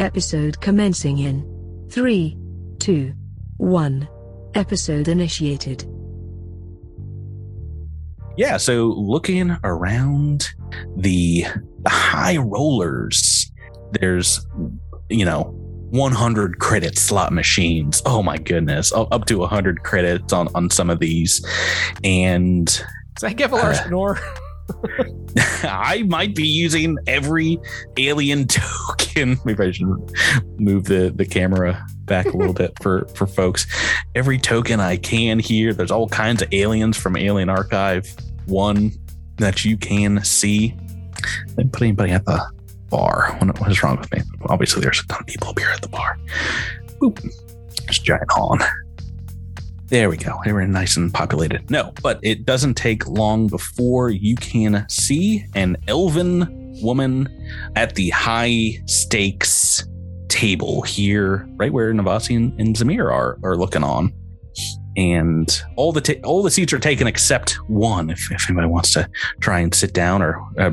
Episode commencing in 3, 2, 1. Episode initiated. yeah, so looking around the, the high rollers, there's, you know, 100 credit slot machines. Oh my goodness, u- up to 100 credits on, on some of these. And Is that Kevlar Uh. Snore? I might be using every alien token. Maybe I should move the, the camera back a little bit for, for folks. Every token I can here. There's all kinds of aliens from Alien Archive One that you can see. Didn't put anybody at the bar. What what is wrong with me? Obviously, there's a ton of people up here at the bar. Oop. There's a giant on. There we go. They were nice and populated. No, but it doesn't take long before you can see an elven woman at the high stakes table here, right where Navasi and, and Zamir are are looking on. And all the ta- all the seats are taken except one. If, if anybody wants to try and sit down, or uh,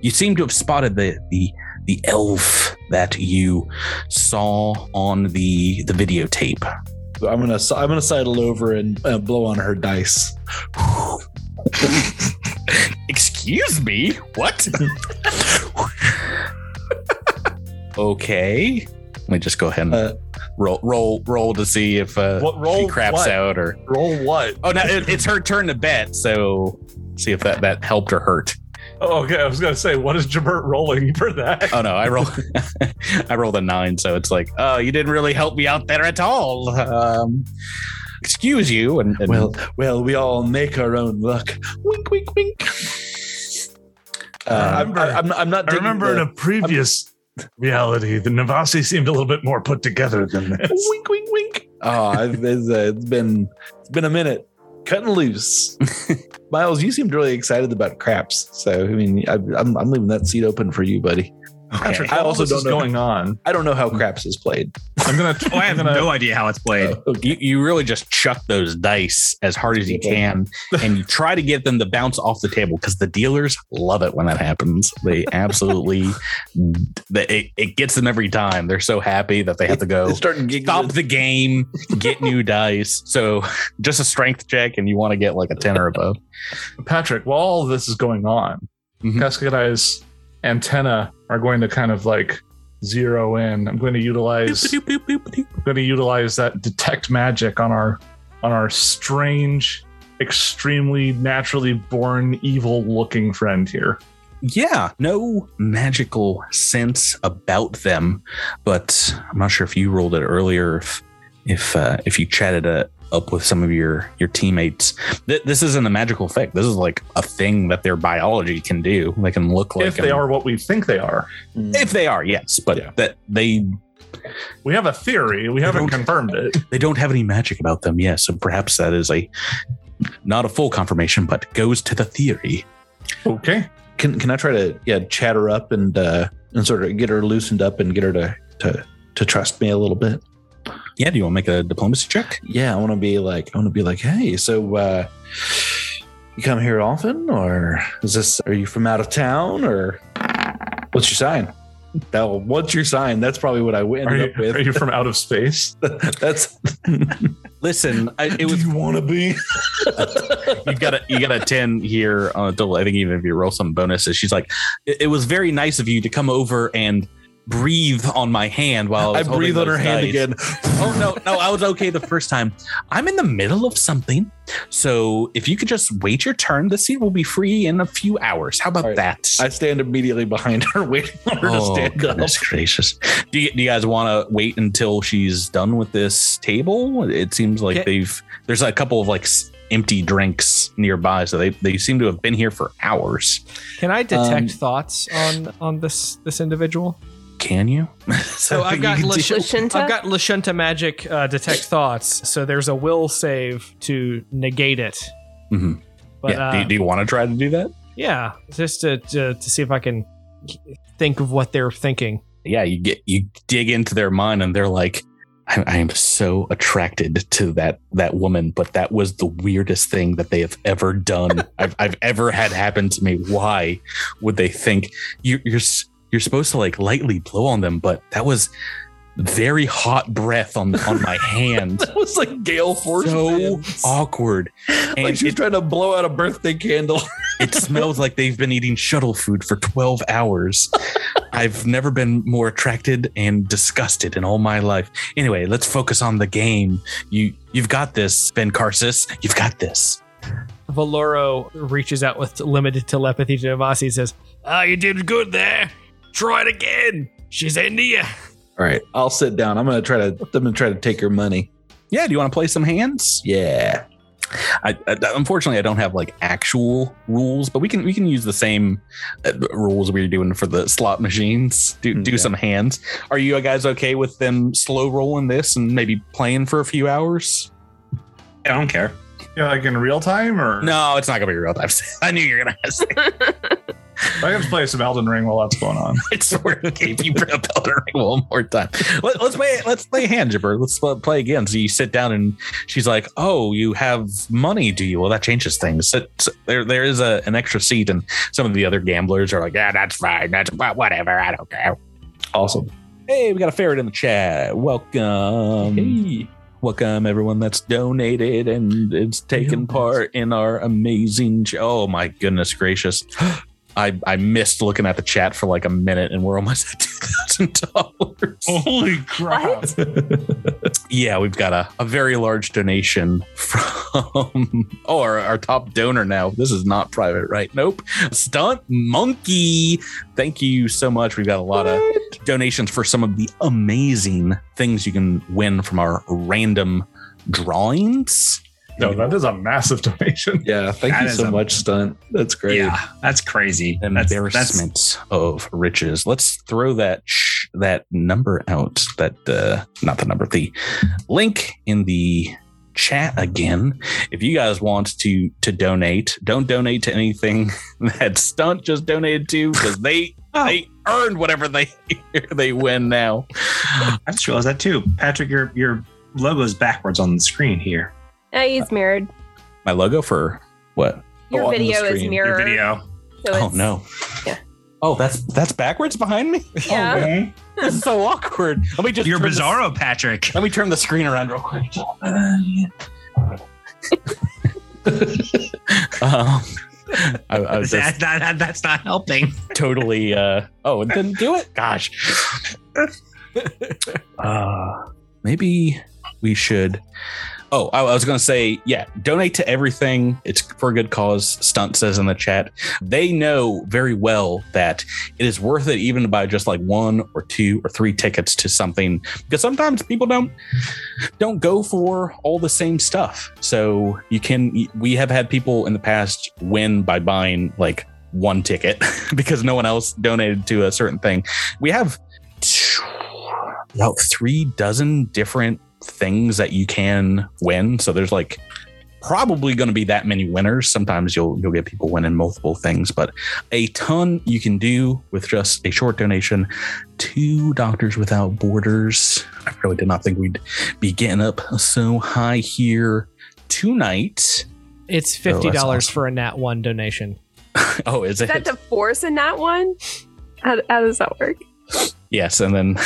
you seem to have spotted the the the elf that you saw on the the videotape. So I'm gonna I'm gonna sidle over and uh, blow on her dice. Excuse me? What? okay. Let me just go ahead and Uh, roll, roll, roll to see if uh, What- roll she craps what? out or. Roll what? Oh no, it, it's her turn to bet. So see if that that helped or hurt. Oh, okay. I was gonna say, what is Jabert rolling for that? Uh, Oh no, I roll, I rolled a nine. So it's like, oh, you didn't really help me out there at all. Um, excuse you. And, and Well, well, we all make our own luck. Wink, wink, wink. Uh, I I'm, remember- I'm, I'm not. I digging remember in the- a previous reality, the Navasi seemed a little bit more put together than this. wink, wink, wink. Oh, I've, it's, uh, it's been it's been a minute. Cutting loose. Miles, you seemed really excited about craps. So I mean, I, I'm I'm leaving that seat open for you, buddy. okay. I also What don't is know- going on. I don't know how craps is played. Uh, I'm gonna. Oh, I have I'm gonna- no idea how it's played. you, you really just chuck those dice as hard as you can and you try to get them to bounce off the table because the dealers love it when that happens they absolutely they- it, it gets them every time they're so happy that they have to go It's starting giggling. stop the game get new dice so just a strength check and you want to get like a 10 or above Patrick, while all of this is going on, Mhm. Cascade Eye's antenna are going to kind of like zero in. I'm going to utilize I'm going to utilize that detect magic on our on our strange, extremely naturally born evil looking friend here. yeah no magical sense about them but i'm not sure if you rolled it earlier if if uh, if you chatted uh, up with some of your your teammates Th- this isn't a magical effect this is like a thing that their biology can do they can look like if they an- are what we think they are, Mm. if they are yes but Yeah. that they we have a theory. We haven't confirmed it. they don't have any magic about them yes so perhaps that is a not a full confirmation but goes to the theory Okay. Can can I try to yeah chat her up and uh and sort of get her loosened up and get her to to to trust me a little bit? yeah do you want to make a diplomacy check yeah, I want to be like, I want to be like, hey, so uh, you come here often, or is this? Are you from out of town, or what's your sign? That what's your sign? That's probably what I Are ended you, up with. are you from out of space? That's listen I, it was you want to be? You've got a you got a ten here on a double. I think even if you roll some bonuses, she's like, it, it was very nice of you to come over and breathe on my hand while I, I was holding breathe on her those hand dice." again. oh no, no, I was okay the first time. I'm in the middle of something, so if you could just wait your turn, the seat will be free in a few hours. How about All right. that? I stand immediately behind her, waiting on her to stand Oh, goodness gracious! Do you, do you guys want to wait until she's done with this table? It seems like Ca- they've there's a couple of like s- empty drinks nearby, so they they seem to have been here for hours. Can I detect Um, thoughts on on this this individual? Can you? So I've got you Lish- Lashunta? I've got Lashunta magic uh, detect thoughts. So there's a will save to negate it. Mhm. But yeah. yeah, do, you- uh, do you want to try to do that? yeah just to, to to see if I can think of what they're thinking. Yeah, you get you dig into their mind, and they're like. I I am so attracted to that that woman, but that was the weirdest thing that they have ever done. I've, I've ever had happen to me. Why would they think you, you're s- you're supposed to like lightly blow on them, but that was very hot breath on on my hand. That was like gale force. so winds. awkward. And like she's it, trying to blow out a birthday candle. it smells like they've been eating shuttle food for 12 hours. I've never been more attracted and disgusted in all my life. Anyway, let's focus on the game. You you've got this, Ben Carsis. You've got this. Valoro reaches out with limited telepathy to Navasi and says, Ah, you did good there. Try it again. She's India. All right, I'll sit down. I'm gonna try to. I'm gonna try to take her money. Yeah, do you want to play some hands? Yeah. I, I unfortunately I don't have like actual rules, but we can we can use the same uh, rules we were doing for the slot machines. Do do Yeah. some hands. Are you guys okay with them slow rolling this and maybe playing for a few hours? I don't care. Yeah, like in real time or No, it's not gonna be real time. I knew you were gonna say I have to play some Elden Ring while that's going on. I swear to God, if you bring up Elden Ring one more time. Let, let's play. Let's play hand jibber. Let's pl- play again. So you sit down and she's like, "Oh, you have money, do you?" Well, that changes things. Sit, sit- there, there is a, an extra seat, and some of the other gamblers are like, "Yeah, that's fine. That's wha- whatever. I don't care." Awesome. Hey, we got a ferret in the chat. Welcome. Welcome everyone that's donated and it's taken part in our amazing show. Oh my goodness gracious. I, I missed looking at the chat for like a minute and we're almost at two thousand dollars. Holy crap. Yeah, we've got a, a very large donation from oh our, our top donor now. This is not private, right? Nope. Stunt Monkey. Thank you so much. We've got a lot of donations for some of the amazing things you can win from our random drawings. No, that is a massive donation. Yeah. Thank That you is so a- much, stunt. That's great. Yeah, that's crazy. That's, that's embarrassment of riches. Let's throw that sh- that number out. That uh, not the number, the link in the chat again. If you guys want to to donate, don't donate to anything that Stunt just donated to because they Oh. they earned whatever they they win now. I just realized that too. Patrick, your your logo's backwards on the screen here. Uh, he's mirrored. My logo for what? Your on the video is screen. Your mirrored. Your video. so oh it's- no. yeah. Oh, that's that's backwards behind me. Yeah. Mhm. This is so awkward. Let me just You're turn this- Bizarro, Oh, Patrick. Let me turn the screen around real quick. um, I, I was just That, that, that- that's not helping. totally. Uh, oh, it didn't do it. Gosh. Uh, maybe we should. Oh, I, I was going to say, yeah, donate to everything. It's for a good cause. Stunt says in the chat. They know very well that it is worth it, even to buy just like one or two or three tickets to something, because sometimes people don't don't go for all the same stuff. So you can. We have had people in the past win by buying like one ticket because no one else donated to a certain thing. We have about three dozen different things that you can win. So there's like probably going to be that many winners. Sometimes you'll you'll get people winning multiple things, but a ton you can do with just a short donation to Doctors Without Borders. I really did not think we'd be getting up so high here tonight. It's Oh, that's $50 awesome. for a Nat 1 donation. Oh, is Is it? that to force in that one? How, how does that work? Yes, and then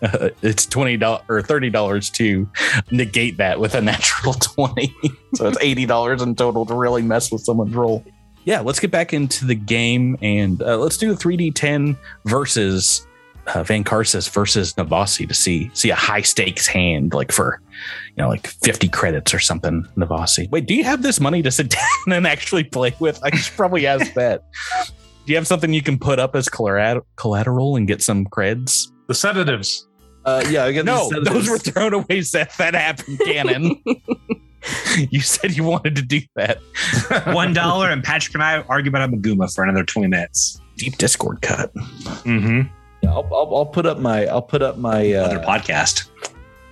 it's twenty dollars or thirty dollars to negate that with a natural twenty, so it's eighty dollars in total to really mess with someone's roll. Yeah, let's get back into the game and uh, let's do the three D ten versus uh, Van Karsis versus Navasi to see see a high stakes hand like for you know like fifty credits or something. Navasi, wait, do you have this money to sit down and actually play with? I should probably ask that. Do you have something you can put up as collateral collateral and get some creds? The sedatives. Uh, yeah. I got No, these those were sedatives. thrown away, Seth. That happened, Cannon. you said you wanted to do that. One dollar, and Patrick and I argue about a Maguma for another twenty minutes. Deep Discord cut. Mm-hmm. I'll, I'll, I'll put up my. I'll put up my. Other Uh, podcast.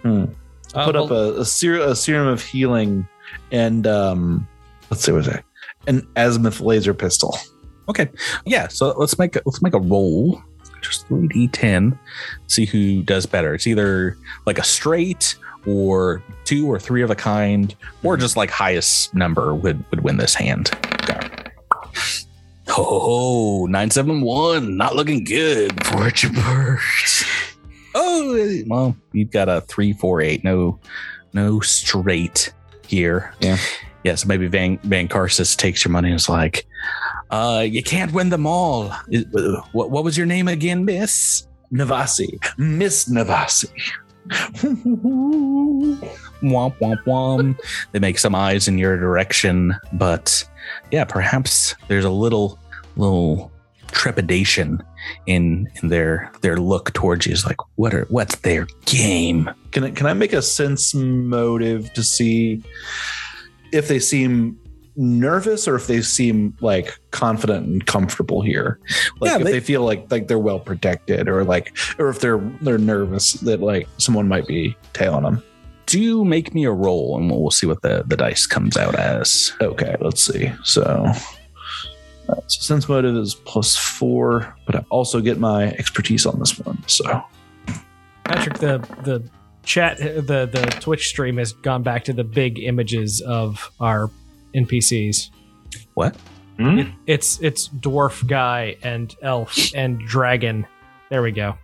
Uh, put up Val- a, a, ser- a serum of healing, and um, let's see what was that? An azimuth laser pistol. Yeah, so let's make a, let's make a roll. Just three d ten. See who does better. It's either like a straight or two or three of a kind, or just like highest number would would win this hand. Oh, 971, not looking good. Fortune birds. Oh, well, you've got a 348. No, no straight here. Yeah. Yeah, so maybe Van, Van Karsis takes your money and is like, uh, you can't win them all. Is- uh, What, what was your name again, miss? Navasi, Miss Navasi. Womp, womp, womp. they make some eyes in your direction, but yeah, perhaps there's a little, little trepidation in in their their look towards you. It's like, what are what's their game? Can I, can I make a sense motive to see if they seem nervous or if they seem like confident and comfortable here? Like Yeah, if they- they, feel like like they're well protected or like or if they're they're nervous that like someone might be tailing them. do make me a roll and we'll, we'll see what the, the dice comes out as. Okay, let's see. So, uh, so sense motive is plus four, but I also get my expertise on this one. So Patrick, the the chat, the the Twitch stream has gone back to the big images of our NPCs. What? Hmm? It, it's it's dwarf guy and elf and dragon. There we go.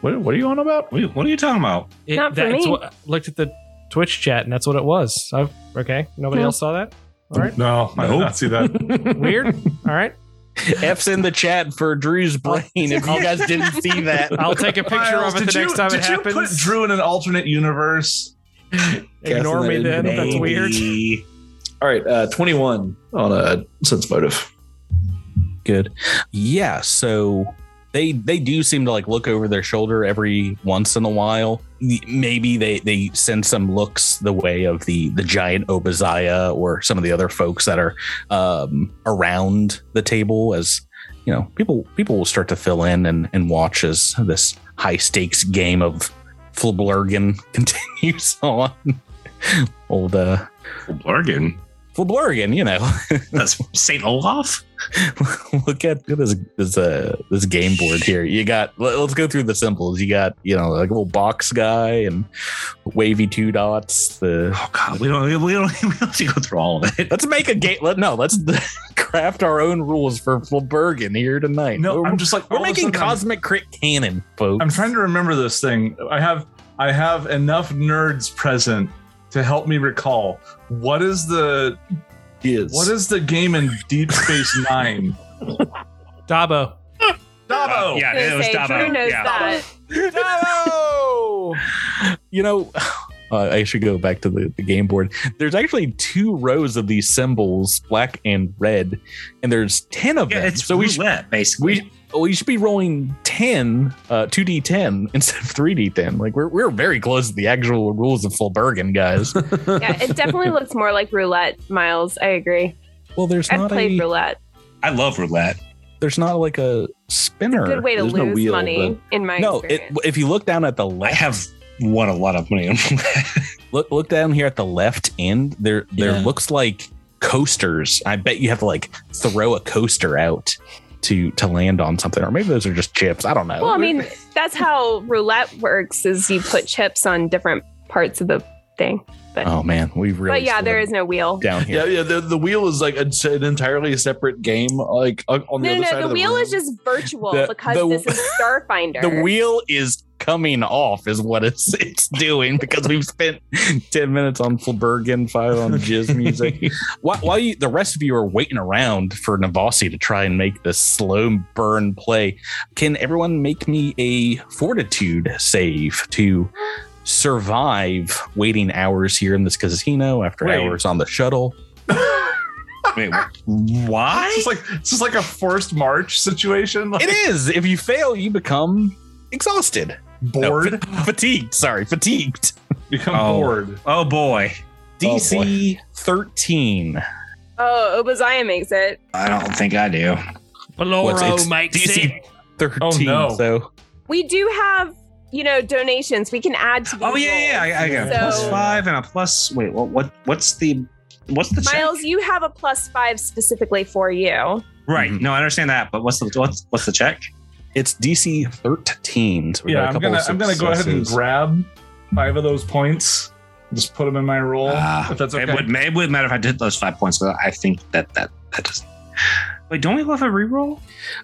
what, what are you on about? What are you- what are you talking about? It, Not for that's me. What, looked at the Twitch chat and that's what it was. So okay, nobody No. else saw that. All right, No, I did Nope. not see that. weird. All right, F's in the chat for Drew's brain if you guys didn't see that. I'll take a picture Miles, of it did the next you- time did it you happens. put Drew in an alternate universe? Ignore Casting me that then. into That's the- weird. All right, uh, twenty-one on a sense motive. Good. Yeah, so they they do seem to like look over their shoulder every once in a while. Maybe they they send some looks the way of the the giant Obaziah or some of the other folks that are um, around the table as you know people people will start to fill in and and watch as this high stakes game of Flabbergan continues on. Old uh Blargan. Flabbergan, you know. That's Saint Olaf. look at look at this this uh this game board here. You got let- let's go through the symbols. You got you know like a little box guy and wavy two dots. The Oh God, we don't we don't we don't have to go through all of it. let's make a game. Let, no, let's craft our own rules for Flabergen here tonight. No, we're, I'm just like we're all of a making sudden I'm- cosmic crit cannon, folks. I'm trying to remember this thing. I have I have enough nerds present to help me recall what is the Is what is the game in Deep Space Nine? Dabo. Uh, Dabo. yeah, it was Say, Drew Dabo. knows Yeah. that. No! you know, uh, I should go back to the, the game board. There's actually two rows of these symbols, black and red, and there's 10 of Yeah, them. it's so we, sh- roulette, basically. we, oh, we should be rolling 10, uh, 2d10 instead of 3d10. Like, we're, we're very close to the actual rules of Fulbergen, guys. Yeah, it definitely looks more like roulette, Miles. I agree. well, there's I've not played a, roulette. I love roulette. there's not like a spinner. Good way to There's no lose wheel, money, in my no, it, experience. if you look down at the I left, have won a lot of money on roulette. look look down here at the left end there there Yeah. looks like coasters i bet you have to like throw a coaster out to to land on something or maybe those are just chips i don't know well, I mean, that's how roulette works: is you put chips on different parts of the thing. oh man we really but yeah, there is slid no wheel. down yeah, here yeah. The, the wheel is like a, an entirely separate game. Like on on the No, other no, side no. The, of the wheel room. is just virtual The- because the- this is Starfinder. the wheel is coming off is what it's it's doing because we've spent 10 minutes on Flabergen, five on jizz music while, while you the rest of you are waiting around for navasi to try and make this slow burn play can everyone make me a fortitude save to survive waiting hours here in this casino after Wait. hours on the shuttle Wait, why? It's just like it's just like a forced march situation. Like it is if you fail you become exhausted No, bored. fa- fatigued sorry fatigued Become Oh. bored. oh boy, DC 13. oh, Obaziah makes it. I don't think I do. What's- it's Beloro makes DC it. 13. Oh, no. So We do have, you know, donations we can add to. Oh these yeah, yeah, rolls. yeah. I, I got a So- plus five and a plus. Wait, what? What? What's the? What's the? check? Miles, you have a plus five specifically for you. Right. Mhm. No, I understand that, but what's the what's what's the check? it's DC 13. So we got Yeah, a I'm couple gonna of I'm gonna go ahead and successes. grab five of those points. Just put them in my roll. Ah, if that's okay. It would maybe it would matter if I did those five points, but I think that that that doesn't. Wait, don't we have a reroll?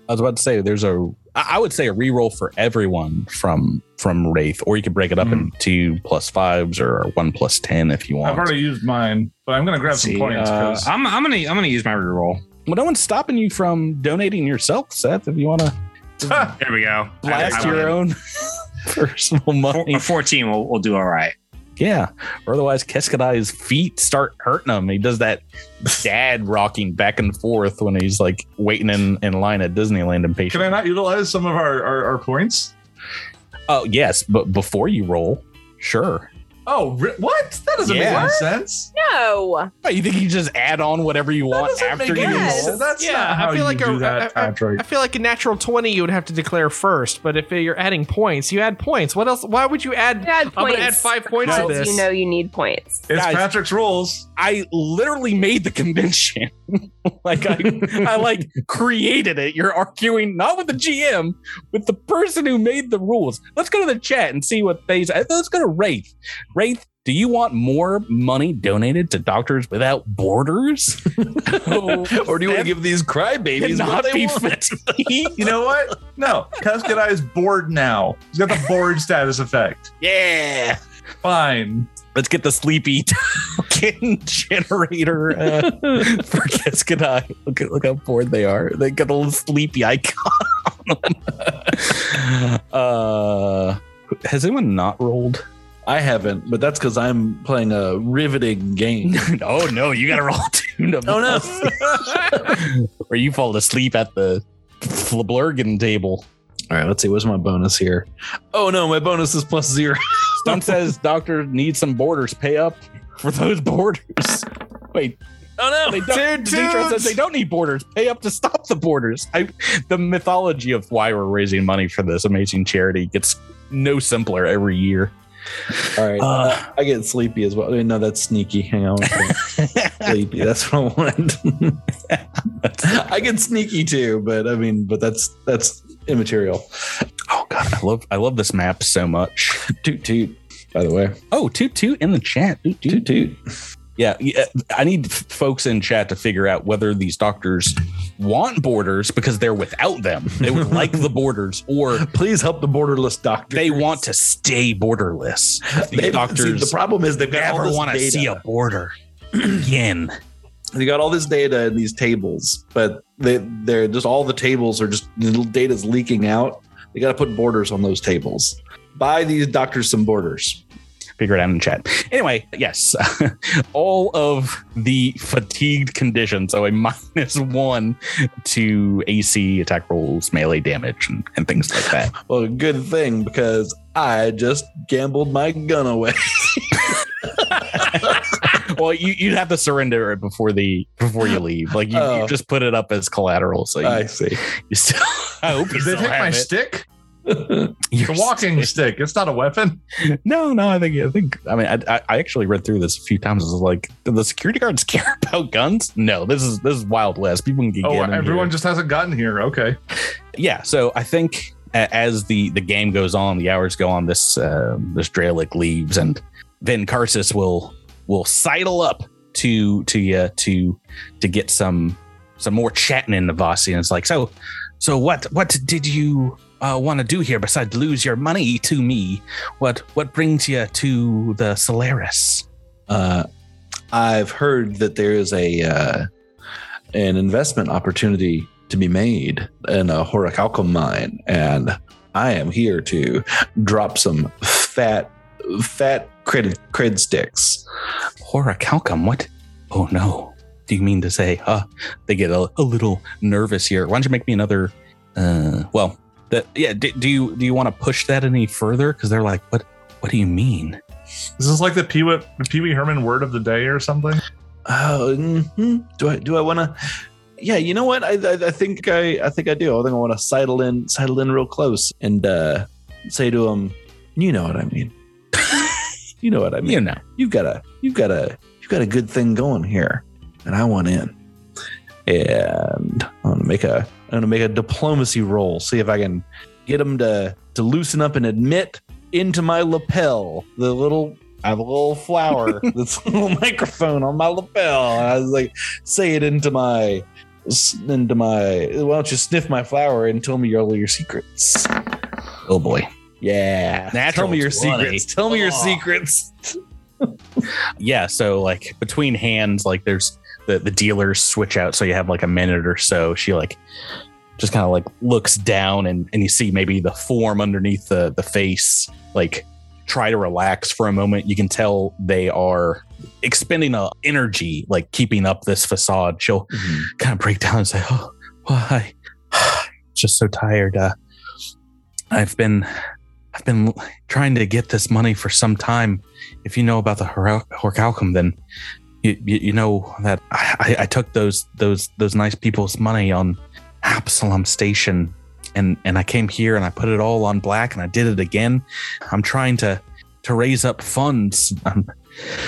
I was about to say there's a I I would say a reroll for everyone from from Wraith, or you could break it up Mhm. in two plus fives or one plus ten if you I've want. already used mine, but I'm gonna grab Let's some see, points uh, because I'm, I'm gonna I'm gonna use my reroll. well, no one's stopping you from donating yourself, Seth. If you want to There we go. blast I- I- your own personal Four, money, a 14 will will do all right. yeah. Or otherwise, Keskadai's feet start hurting him. He does that dad rocking back and forth when he's like waiting in, in line at Disneyland can impatient. I not utilize some of our, our, our points? Oh yes, but before you roll, sure. Oh, re- what? That doesn't Yeah. make any sense. No. Oh, you think you just add on whatever you That want doesn't after you make any Yes. roll? sense. That's Yeah, not I how feel you like a- do that, I- I- Patrick. I feel like a natural 20 you would have to declare first, but if you're adding points, you add points. What else? Why would you add? You add I'm going points. to add five points to because this. You know you need points. it's Guys. Patrick's rules. I literally made the convention. like I, I like created it. You're arguing not with the GM, with the person who made the rules. Let's go to the chat and see what they say. Let's go to Wraith. Wraith, do you want more money donated to Doctors Without Borders? or do you want to give these crybabies Cannot what they be want? fatigued. You know what? No, Cascadai is bored now. He's got the bored status effect. Yeah. Fine. Let's get the sleepy token generator uh, for Keskadai. Look at look how bored they are. They got a little sleepy icon. on them. uh, has anyone not rolled? I haven't, but that's because I'm playing a riveting game. oh no, you got to roll two. To Oh, no. or you fall asleep at the Flablergan table. All right, let's see. What's my bonus here? Oh no, my bonus is plus zero. Stunt says, "Doctor needs some borders. Pay up for those borders." Wait, Oh they don't, Demetra says they don't need borders. Pay up to stop the borders. I, the mythology of why we're raising money for this amazing charity gets no simpler every year. All right, Uh. I get sleepy as well. Wait, No, that's sneaky. Hang on, one second. sleepy. That's what I wanted. I get sneaky too, but I mean, but that's that's immaterial. Oh god, I love I love this map so much. Toot toot. By the way, Oh, toot toot in the chat. Toot, toot. toot toot. Yeah, yeah, I need f- folks in chat to figure out whether these doctors want borders because they're without them. They would like the borders, or Please help the borderless doctor. they want to stay borderless. These They- see, doctors the problem is they've got all never this want to data. see a border again. they got all this data in these tables, but they they're just all the tables are just the data's leaking out. They got to put borders on those tables. Buy these doctors some borders. figure it out in chat. Anyway, yes, all of the fatigued conditions, so a minus one to AC attack rolls, melee damage, and, and things like that. Well, good thing because I just gambled my gun away. well, you, you'd have to surrender it before the before you leave. Like you, you Oh. just put it up as collateral, so you, I see. you still. I hope you Did they still take my have it. stick? You're It's a walking still- stick. It's not a weapon. No, no, I think I think I mean I, I, I actually read through this a few times. I was like, do the security guards care about guns? No, this is this is Wild West. People can get Oh, in here. everyone just hasn't gotten here. Okay. yeah so i think a- as the the game goes on the hours go on this uh, this Dralic leaves and then Karsus will will sidle up to to uh, to to get some some more chatting in Navasi and it's like so so what what did you uh, want to do here besides lose your money to me what what brings you to the Solaris Uh, I've heard that there is a uh, an investment opportunity to be made in a horicalcum mine, and I am here to drop some fat fat cred cred sticks. Horacalcum what oh no do you mean to say huh they get a, a little nervous here. Why don't you make me another? Uh, well, that yeah. Do, do you do you want to push that any further? Because they're like, what what do you mean? Is this like the Pee Wee Pee Wee Herman word of the day or something? Oh, mhm. do I do I want to? Yeah, you know what? I, I I think I I think I do. I think I want to sidle in sidle in real close and uh, say to him, you know what I mean. you know what I mean. You know, you've got a you've got a you've got a good thing going here and i want in and i'm gonna make a i'm gonna make a diplomacy roll see if i can get him to to loosen up and admit into my lapel the little I have a little flower, this little microphone on my lapel. And I was like, say it into my s- into my. Why don't you sniff my flower and tell me all your secrets? Oh boy. Yeah. Natural tell me your 20. secrets. Tell me your Oh. secrets. Yeah. So like between hands, like there's the the dealers switch out, so you have like a minute or so. She like just kind of like looks down, and and you see maybe the form underneath the the face, like try to relax for a moment. You can tell they are expending a energy, like keeping up this facade. She'll kind of break down and say, "Oh, why? Just so tired. Uh, I've been, I've been trying to get this money for some time. If you know about the Hor- Horcalcum, then you, you you know that I, I- I took those those those nice people's money on Absalom Station, and and I came here and I put it all on black, and I did it again. I'm trying to to raise up funds. I'm,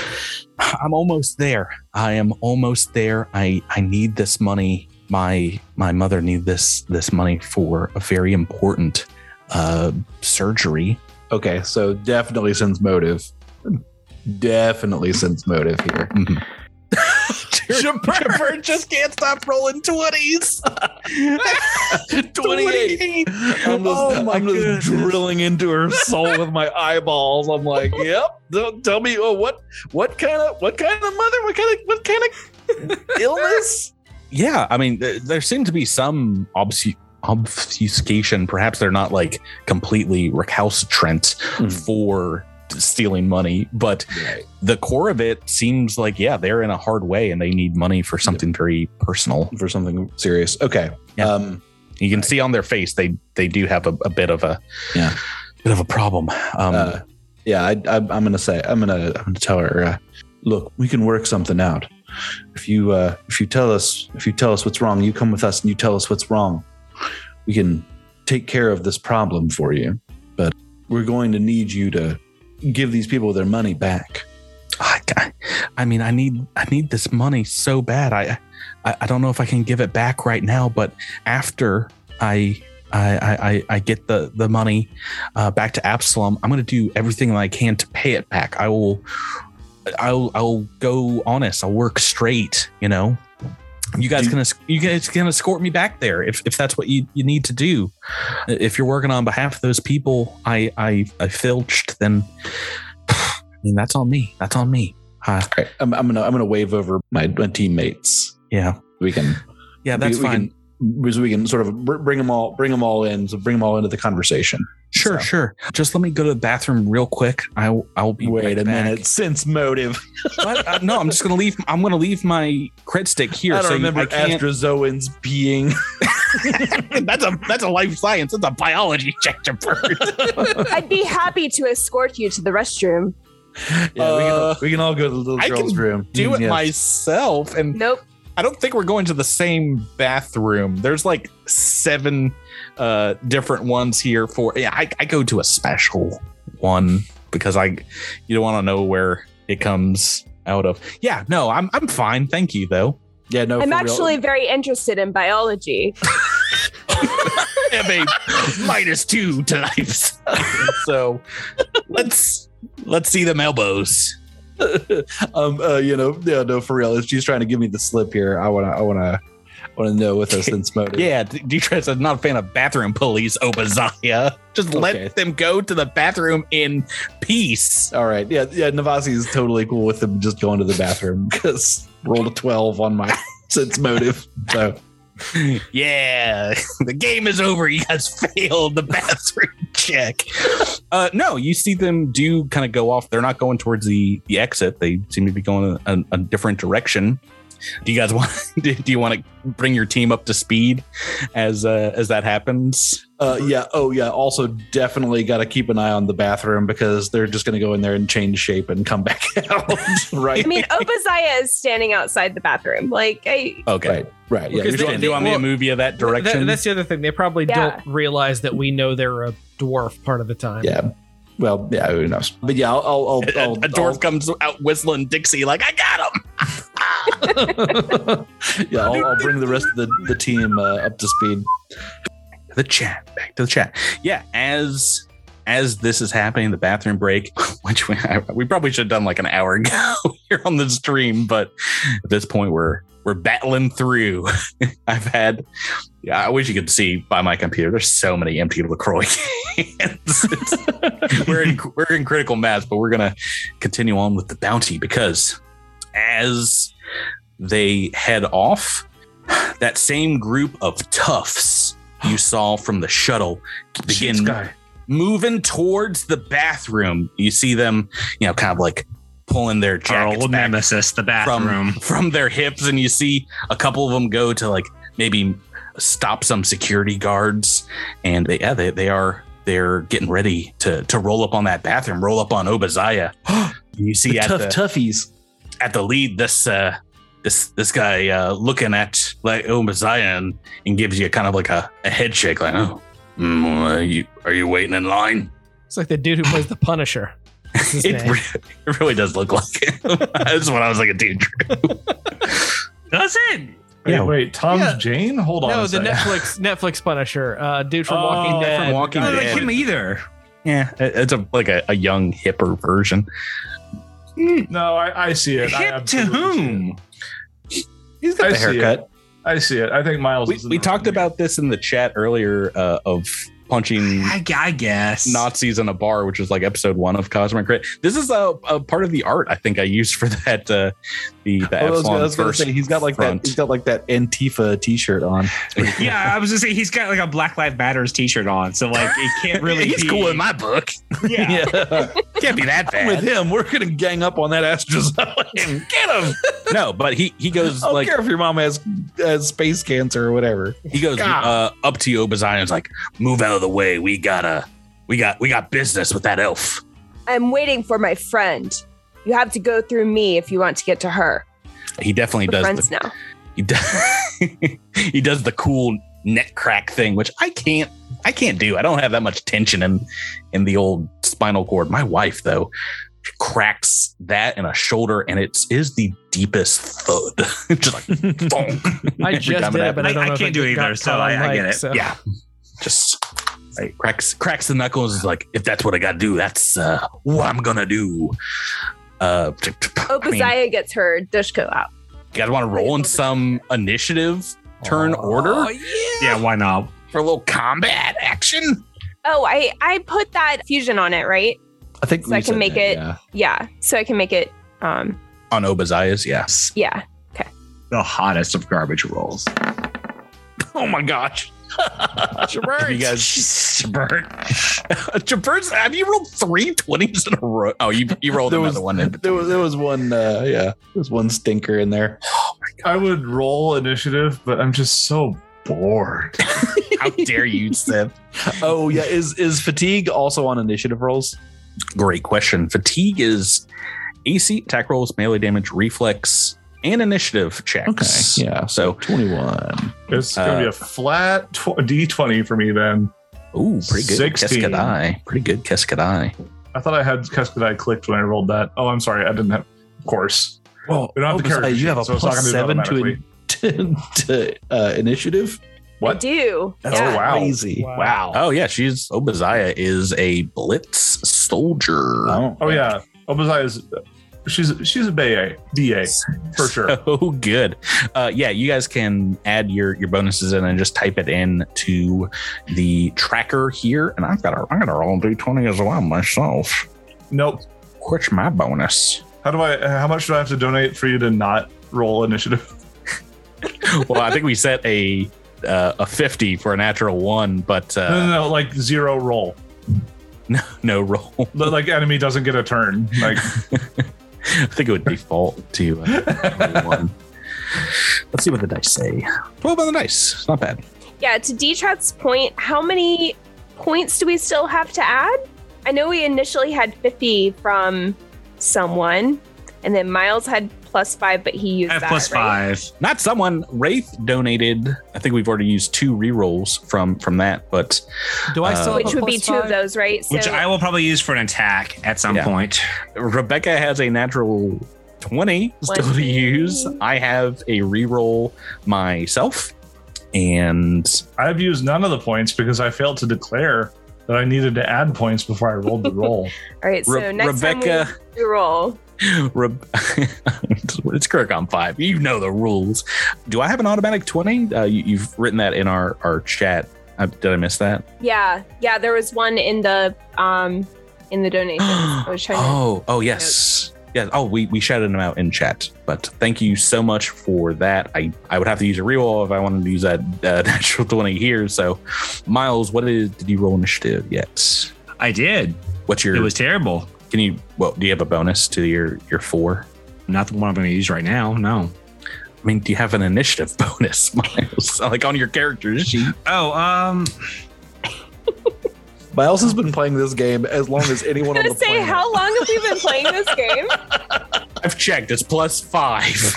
I'm almost there. I am almost there. I I need this money. My my mother need this this money for a very important uh surgery. Okay, so definitely sense motive. Definitely sense motive here. Mm-hmm. Shepard just can't stop rolling twenties. 28. I'm just, Oh my I'm goodness. just drilling into her soul with my eyeballs. I'm like, yep. Don't tell me oh, what what kind of what kind of mother? What kind of what kind of illness? yeah, I mean, there, there seem to be some obfus- obfuscation. Perhaps they're not like completely recalcitrant Mhm. for stealing money, but the core of it seems like yeah they're in a hard way and they need money for something very personal For something serious. Okay. Yeah. Um you can see on their face they they do have a, a bit of a Yeah. bit of a problem um uh, yeah, I, I, I'm gonna say I'm gonna I'm gonna tell her. Uh, Look, we can work something out. If you uh, if you tell us if you tell us what's wrong, you come with us and you tell us what's wrong. We can take care of this problem for you, but we're going to need you to give these people their money back. I, I- I mean i need i need this money so bad I, I i don't know if i can give it back right now but after i I, I, I- I get the the money uh, back to Absalom. I'm going to do everything that I can to pay it back. I will, I'll, I'll go honest. I'll work straight. You know, you guys Do- gonna you guys gonna escort me back there if, if that's what you, you need to do. If you're working on behalf of those people, I I, I filched. Then, I mean, that's on me. That's on me. All right, I'm, I'm gonna I'm gonna wave over my, my teammates. Yeah. We can Yeah, that's we, we fine. Can, so we can sort of br- bring them all bring them all in. So bring them all into the conversation. sure, So- sure. Just let me go to the bathroom real quick. I will- I will be Wait right a back. minute. Sense motive. What? Uh, no, I'm just gonna leave. I'm gonna leave my cred stick here. I don't so you- remember I can't- Astrozoans being that's a that's a life science. That's a biology check to I'd be happy to escort you to the restroom. Yeah, we, can, all- we can all go to the little I girl's can room. Mm, Do it Yeah. myself, and Nope. I don't think we're going to the same bathroom. There's like seven uh different ones here. For yeah, I, I go to a special one because I you don't want to know where it comes out of. Yeah, no, I'm I'm fine. Thank you though. Yeah, no. I'm for actually real. very interested in biology. have a minus two types. so let's let's see them elbows. um, uh, you know, yeah, no, for real. If she's trying to give me the slip here, I wanna, I wanna, wanna know with us sense motive. Yeah, D- Detress is not a fan of bathroom oh, police, Obazaya. Just Okay. let them go to the bathroom in peace. All right. Yeah, yeah. Navasi is totally cool with them just going to the bathroom because rolled a twelve on my sense motive. So yeah, the game is over. You guys failed the bathroom check. Uh, no, you see them do kind of go off. They're not going towards the the exit. They seem to be going a, a different direction. Do you guys want? Do, do you want to bring your team up to speed as uh, as that happens? uh, yeah. Oh yeah. Also, definitely got to keep an eye on the bathroom because they're just gonna go in there and change shape and come back out. I right. mean, Opazaya is standing outside the bathroom. Like, I, Okay. Right. Right. Yeah. Because You're they- trying to do on me a well, movie of that direction. That- that's the other thing. They probably Yeah. don't realize that we know they're a dwarf part of the time. Yeah. Well, yeah, who knows? But yeah, I'll, I'll, I'll, a, I'll a dwarf I'll- comes out whistling Dixie like I got him. yeah, I'll, I'll bring the rest of the, the team uh, up to speed. the chat back to the chat yeah as as this is happening the bathroom break which we, we probably should have done like an hour ago here on the stream but at this point we're we're battling through. I've had, yeah, I wish you could see by my computer. There's so many empty Lacroix cans. It's- we're in we're in critical mass, but we're gonna continue on with the bounty because as they head off, that same group of toughs you saw from the shuttle begin guy. moving towards the bathroom. You see them, you know, kind of like pulling their Our jackets old back nemesis, the bathroom. from from their hips, and you see a couple of them go to like maybe stop some security guards, and they yeah they, they are they're getting ready to to roll up on that bathroom, roll up on Obaziah. you see the at tough the, toughies. at the lead this uh this this guy uh looking at like oh Messiah and, and gives you kind of like a, a head shake like oh mm, are you are you waiting in line It's like the dude who plays the Punisher. That's his it, name. re- it really does look like it that's when I was like a teenager Does it? Wait, Yeah. wait, Tom's Yeah. Jane? Hold on. No, a the second. Netflix Netflix Punisher, uh, dude from Oh, Walking dude Dead. from Walking I don't Dead. like him either. yeah it- it's a like a, a young hipper version No, I, I see it. I Hip to absolutely see it. whom? he's got I the see it. haircut I see it. I think Miles. we, is in we the talked wrong here. about this in the chat earlier uh, of punching I, I guess. Nazis in a bar, which was like episode one of Cosmic Crit. This is a, a part of the art I think I used for that uh, the the Well, I was gonna- Epsilon I was gonna first. say he's got like front. that. He's got like that Antifa T-shirt on. Yeah, I was gonna say he's got like a Black Lives Matters T-shirt on, so like it can't really. he's be- cool in my book. Yeah. Can't be that bad. With him, we're gonna gang up on that astrozoa. Get him. no, but he he goes I don't like care if your mom has uh, space cancer or whatever. he goes uh, up to Obazion's like, move out of the way. We gotta we got we got business with that elf. I'm waiting for my friend. You have to go through me if you want to get to her. He definitely We're does the friends now. he does, he does the cool neck crack thing, which I can't I can't do. I don't have that much tension in in the old spinal cord. My wife though cracks that in a shoulder, and it is the deepest thud. Just like thonk. I Every just time did it it, but I don't happens. I- I know if can't do it got either, so caught on I- I mic, get it. so- Yeah. Just like, cracks cracks the knuckles. Is like if that's what I gotta do, that's uh, what I'm gonna do. Uh, I mean, Obaziah gets her Dushko out. you guys want to roll in some initiative turn order? yeah, why not? for a little combat action. Oh, I I put that fusion on it, right? I think So I we can said make that, it- yeah. Yeah, so I can make it. Um, On Obaziah's, Oh, yes. yeah. The hottest of garbage rolls. Oh my gosh. Jabert. You guys, Jabert. Jabert's, have you rolled three 20s in a row? Oh, you, you rolled There another was- one. In. There was there was one uh, yeah there was one stinker in there. I would roll initiative, but I'm just so bored. How dare you, Seb? Oh yeah, is is fatigue also on initiative rolls? Great question. Fatigue is AC, attack rolls, melee damage, reflex, and initiative checks. yeah, So, twenty one. It's gonna be Uh, a flat tw- D20 for me then. ooh, pretty good. 16. Keskadai. Pretty good Keskadai. I thought I had Cuspidai clicked when I rolled that. Oh, I'm sorry, I didn't have. Of course, Well, We don't have the character you have a sheet, so it's not plus seven gonna do it to, in, to, to uh, initiative. What? Oh, I do. That's yeah. wow. crazy. Wow. Oh, yeah. She's Obaziah is a blitz soldier. Wow. Oh yeah, Obazai is. She's she's a BA DA for sure. Oh, good. Uh, yeah, you guys can add your your bonuses in and just type it in to the tracker here. And I've got a, I'm gonna roll d twenty as well myself. Nope. What's my bonus? How do I? How much do I have to donate for you to not roll initiative? well, I think we set a uh, a fifty for a natural one, but no, uh, no, no, like zero roll. no roll. But, Like enemy doesn't get a turn. Like I think it would default to uh, one. Let's see what the dice say. Twelve on the dice. It's Not bad. Yeah, to Detrat's point, how many points do we still have to add? I know we initially had 50 from someone, and then Miles had plus five, but he used I have that, plus right? five. not someone wraith donated i think we've already used two rerolls from from that but Do I still Uh, have Which a would be plus two of five? those, right? So Which I will probably use for an attack at some Yeah. point. rebecca has a natural 20 still to Twenty. use i have a reroll myself and I've used none of the points because I failed to declare that I needed to add points before I rolled the roll. all right, so Re- next rebecca time we roll, Re- it's Kirk on five. You know the rules. Do I have an automatic 20? Uh, you, you've written that in our, our chat. Uh, did I miss that? Yeah, yeah. There was one in the um in the donation. I was trying. to- oh, oh yes. Yes. Oh, we, we shouted them out in chat. But thank you so much for that. I, I would have to use a reroll if I wanted to use that uh, natural 20 here. So, Miles, what is, did you roll initiative yet? I did. What's your It was terrible. Can you? Well, do you have a bonus to your your four? Not the one I'm going to use right now. No. I mean, do you have an initiative bonus, Miles? like on your character sheet? Oh, um, Miles has been playing this game as long as I anyone was on the gonna say, planet. how long have we been playing this game? I've checked. It's plus five.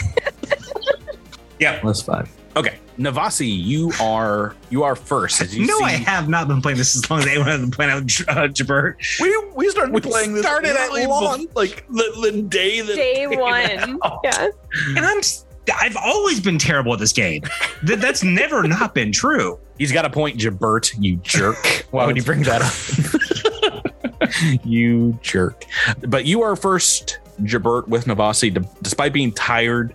yeah, plus five. Okay, Navasi, you are you are first. As you no, see, I have not been playing this as long as anyone has been playing out uh, Jabert. we we started We playing this started at literally launch. bef- like the, the day that Day one. Yeah. And I'm, s- I've always been terrible at this game. Th- that's never not been true. he's got a point, Jabert. You jerk. Why would you bring that up? you jerk. But you are first, Jabert, with Navasi. D- despite being tired,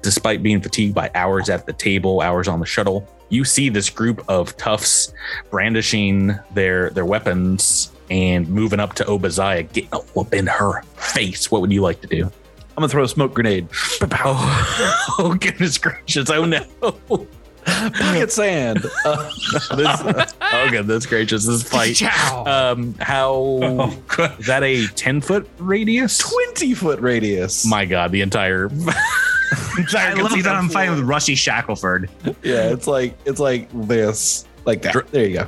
despite being fatigued by hours at the table, hours on the shuttle, you see this group of toughs brandishing their their weapons and moving up to Obaziah, getting a whoop in her face. What would you like to do? I'm gonna throw a smoke grenade. Oh, oh goodness gracious! Oh no! oh Pocket sand. Uh, this- oh, goodness gracious! This fight. Um, how Oh, God. is that a ten foot radius? Twenty foot radius. My God, the entire I entire love casino that I'm floor. fighting with Rusty Shackleford. yeah, it's like it's like this, like that. Dr- there you go.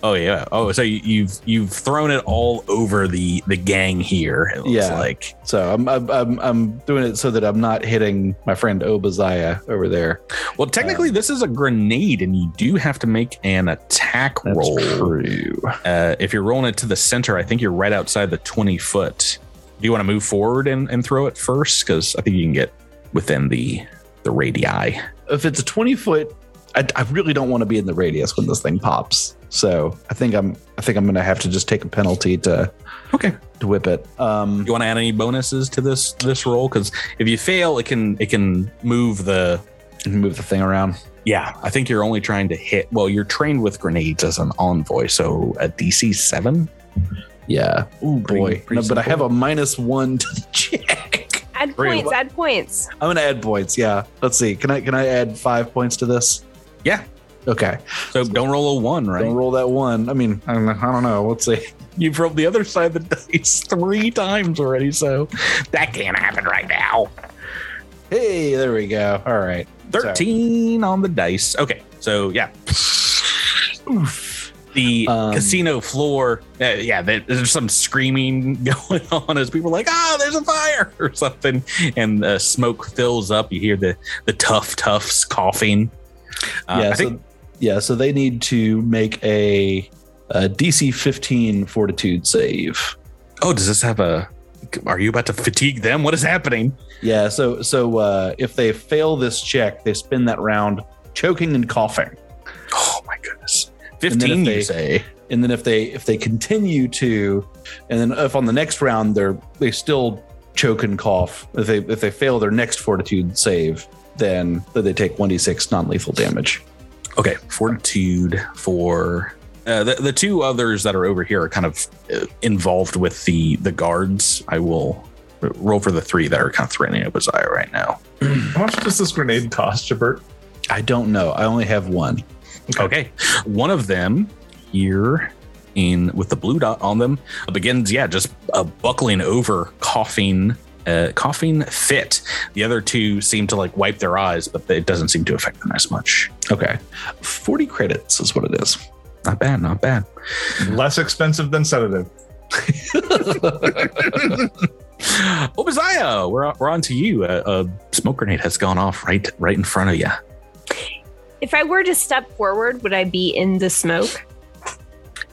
Oh yeah. Oh, so you- you've you've thrown it all over the the gang here. It looks Yeah. like So I'm I'm, I'm I'm doing it so that I'm not hitting my friend Obaziah over there. well, technically this is a grenade, and you do have to make an attack roll. true. Uh, if you're rolling it to the center, I think you're right outside the twenty foot. Do you want to move forward and, and throw it first? Because I think you can get within the the radii. If it's a twenty foot, I, I really don't want to be in the radius when this thing pops. So I think I'm I think I'm gonna have to just take a penalty to Okay. to whip it. Um, You want to add any bonuses to this this roll? Because if you fail, it can it can move the and move the thing around. Yeah, I think you're only trying to hit. Well, you're trained with grenades as an envoy, so a DC seven. Yeah. Oh boy. pretty No, but simple. I have a minus one to the check. Add Three. points. Add points. I'm gonna add points. Yeah. Let's see. Can I can I add five points to this? Yeah. Okay. So don't roll a one, right? Don't roll that one. I mean, I don't know. I don't know. Let's see. You've rolled the other side of the dice three times already, so that can't happen right now. Hey, there we go. All right. Thirteen on the dice. Okay, so yeah. Oof. The Um, casino floor, uh, yeah, there- there's some screaming going on as people are like, ah, there's a fire or something. And the smoke fills up. You hear the, the tough, toughs coughing. Uh, yeah. I think so, yeah. So they need to make a, a DC 15 Fortitude save. oh, does this have a? Are you about to fatigue them? What is happening? Yeah. So so uh, if they fail this check, they spin that round choking and coughing. Oh my goodness! And then Fifteen, if you they- say? and then if they if they continue to and then if on the next round they're they still choke and cough if they if they fail their next fortitude save then then they take 1d6 non-lethal damage Okay, fortitude for uh, the the two others that are over here are kind of uh, involved with the the guards. I will r- roll for the three that are kind of threatening Obaziah right now. How much does this grenade cost, Jabert? i don't know i only have one Okay, one of them here in with the blue dot on them begins, yeah, just uh, buckling over, coughing. Uh, coughing fit. The other two seem to like wipe their eyes, but it doesn't seem to affect them as much. okay 40 credits is what it is Not bad, not bad. Less expensive than sedative. Obaziah, we're, we're on to you. A, a smoke grenade has gone off right right in front of you. If I were to step forward, would I be in the smoke?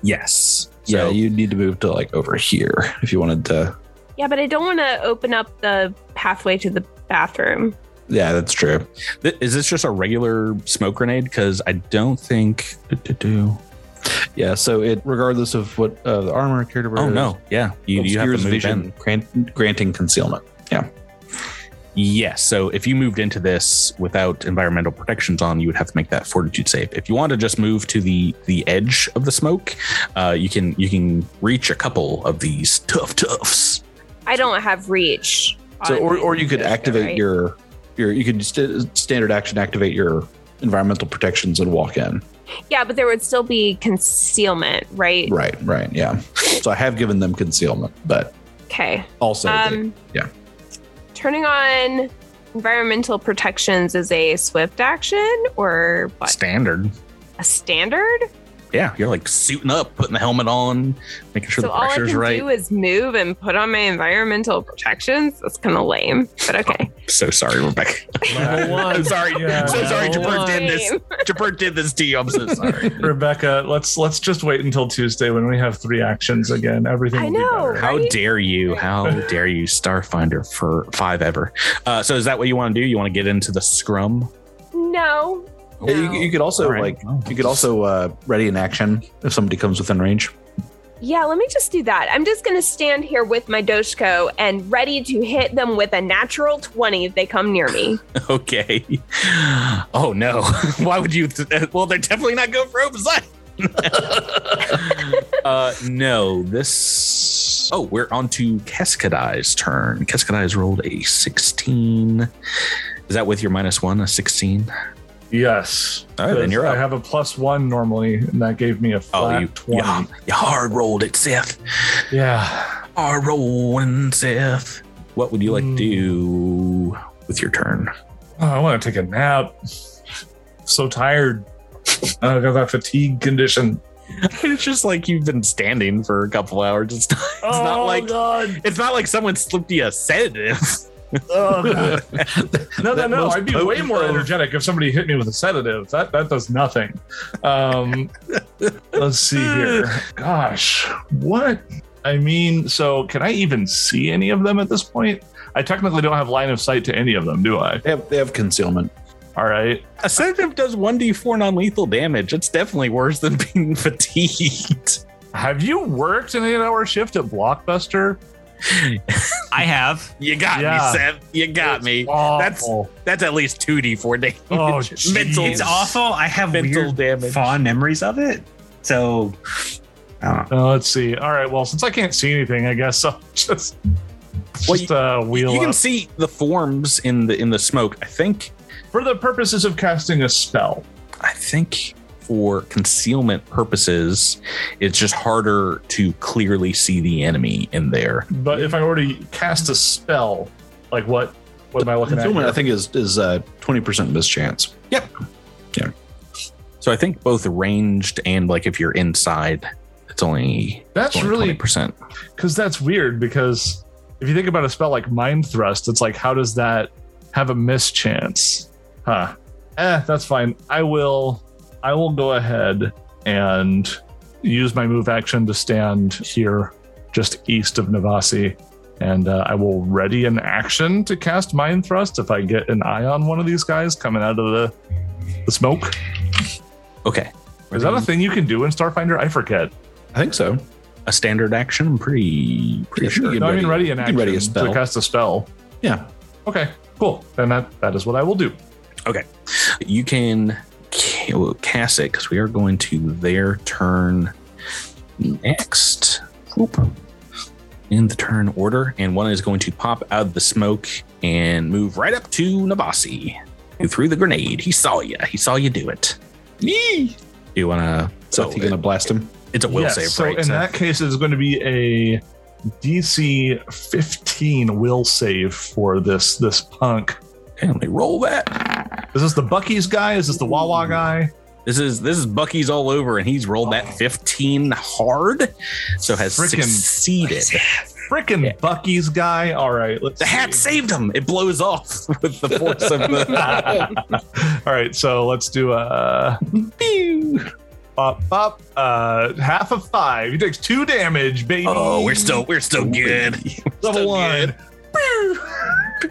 Yes. yeah So, you need to move to like over here if you wanted to Yeah, but I don't want to open up the pathway to the bathroom. yeah that's true th- is this just a regular smoke grenade? Because I don't think. do, do, do. Yeah, so it regardless of what uh, the armor character. Oh no, yeah, you, you have to obscures move in. vision, grant, granting concealment. Yes. So if you moved into this without environmental protections on, you would have to make that fortitude save. If you want to just move to the the edge of the smoke, uh, you can you can reach a couple of these tough toughs. I don't have reach. So, on or, or my you could character, activate right? your your you could st- standard action activate your environmental protections and walk in. Yeah, but there would still be concealment, right? Right, right, yeah. So I have given them concealment, but Okay. also they- Um, yeah. Turning on environmental protections is a swift action or what? Standard. A standard? Yeah, you're like suiting up, putting the helmet on, making sure so the all I pressure's can right. do is move and put on my environmental protections. That's kind of lame, but okay. so sorry, Rebecca. Level one. I'm sorry. Yeah, I'm so sorry, level Jabert did this. Lame. Jabert did this to you. I'm so sorry. Rebecca, let's let's just wait until Tuesday when we have three actions again. Everything I will be know. better. How Right? dare you? How dare you, Starfinder for five ever? Uh, so is that what you want to do? You want to get into the scrum? No. Yeah, you, you could also All right. like you could also uh, ready an action if somebody comes within range. Yeah, let me just do that. I'm just going to stand here with my Doshko and ready to hit them with a natural 20 if they come near me. Okay. Oh no! Why would you? Th- uh, well, they're definitely not going for open sight. uh, no, this. Oh, we're on to Cascadai's turn. Cascadai's rolled a 16. Is that with your minus one, a 16? Yes. All right, then you're I up. have a plus one normally, and that gave me a flat Oh, you, you, 20. hard- you hard rolled it, Seth. Yeah. Hard rolling, Seth. What would you like to Hmm. do with your turn? Oh, I want to take a nap. So tired. I got that fatigue condition. It's just like you've been standing for a couple hours. It's not, it's not like Oh, God. it's not like someone slipped you a sedative. Oh, God. no, no, That no. most I'd be way potent more of- energetic if somebody hit me with a sedative. That that does nothing. Um, let's see here. Hmm. Gosh, what? I mean, so can I even see any of them at this point? I technically don't have line of sight to any of them, do I? They have they have concealment. All right. A sedative does 1d4 non lethal damage. It's definitely worse than being fatigued. Have you worked an eight-hour shift at Blockbuster? I have. You got Yeah. me, Seth. You got me. That's- Awful. That's at least 2d4 damage. Oh, mental. jeez. It's awful. I have Mental weird, damage. fond memories of it. So, I don't know. Uh, let's see. All right. Well, since I can't see anything, I guess I'll just Well, just uh, wheel You can up. see the forms in the in the smoke. I think for the purposes of casting a spell. I think for concealment purposes, it's just harder to clearly see the enemy in there. But if I were to cast a spell, like what? What am I looking at? Concealment, here? I think, is is twenty percent mischance. So I think both ranged and like if you're inside, it's only that's really percent. because that's weird. Because if you think about a spell like Mind Thrust, it's like how does that have a mischance? Huh? Eh, that's fine. I will. I will go ahead and use my move action to stand here, just east of Navasi, and uh, I will ready an action to cast Mind Thrust if I get an eye on one of these guys coming out of the the smoke. Okay. Is that a thing you can do in Starfinder? I forget. I think so. a standard action? I'm pretty pretty Yeah, sure. you No, I mean ready an you action can ready a to spell. cast a spell. Yeah. Okay, cool. Then that, that is what I will do. You can ca- well, cast it because we are going to their turn next. Whoop. In the turn order, and one is going to pop out of the smoke and move right up to Nabasi, who threw the grenade. He saw you. He saw you do it. You wanna? So So he's gonna blast him. it's a will Yes, save, So right? in Seth? that case, it's going to be a DC 15 will save for this this punk. Okay, let me roll that. Is this the Bucky's guy? Is this the Wawa guy? This is this is Bucky's all over, and he's rolled that 15 hard, so has Oh. Frickin' succeeded. Frickin' Yeah. Bucky's guy. All right, let's. The hat see. saved him. It blows off with the force of the. All right, so let's do a pop pop. Uh, half of five. He takes two damage, baby. oh, we're still we're still good. level one.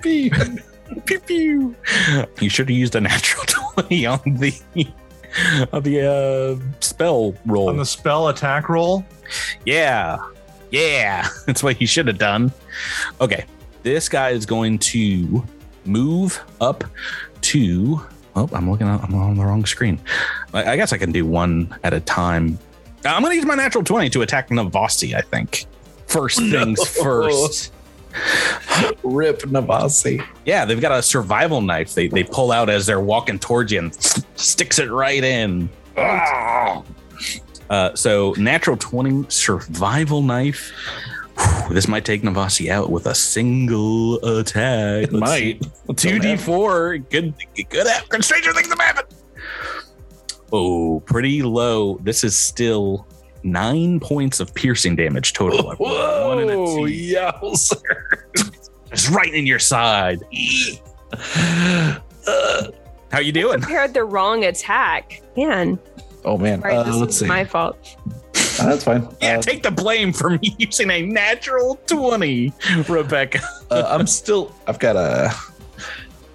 Pew, pew, pew. You should have used a natural twenty on the on the uh, spell roll. on the spell attack roll. Yeah. Yeah. That's what he should have done. Okay. This guy is going to move up to. Oh, I'm looking at, I'm on the wrong screen. I, I guess I can do one at a time. I'm going to use my natural 20 to attack Navasi, I think. First things first. Rip Navasi. Yeah, they've got a survival knife they, they pull out as they're walking towards you and sticks it right in. Uh, so, natural 20 survival knife. Whew, this might take Navasi out with a single attack. Let's see. 2d4. Good, good, app. good stranger things have happened. Oh, pretty low. This is still nine points of piercing damage total. I rolled a one and a Whoa, two. yowzers. It's right in your side. How you doing? Prepared the wrong attack. Man, Oh man. right, Uh, this let's is see. my fault. Oh, that's fine. Yeah, Uh, take the blame for me using a natural 20, Rebecca. uh, I'm still. I've got a.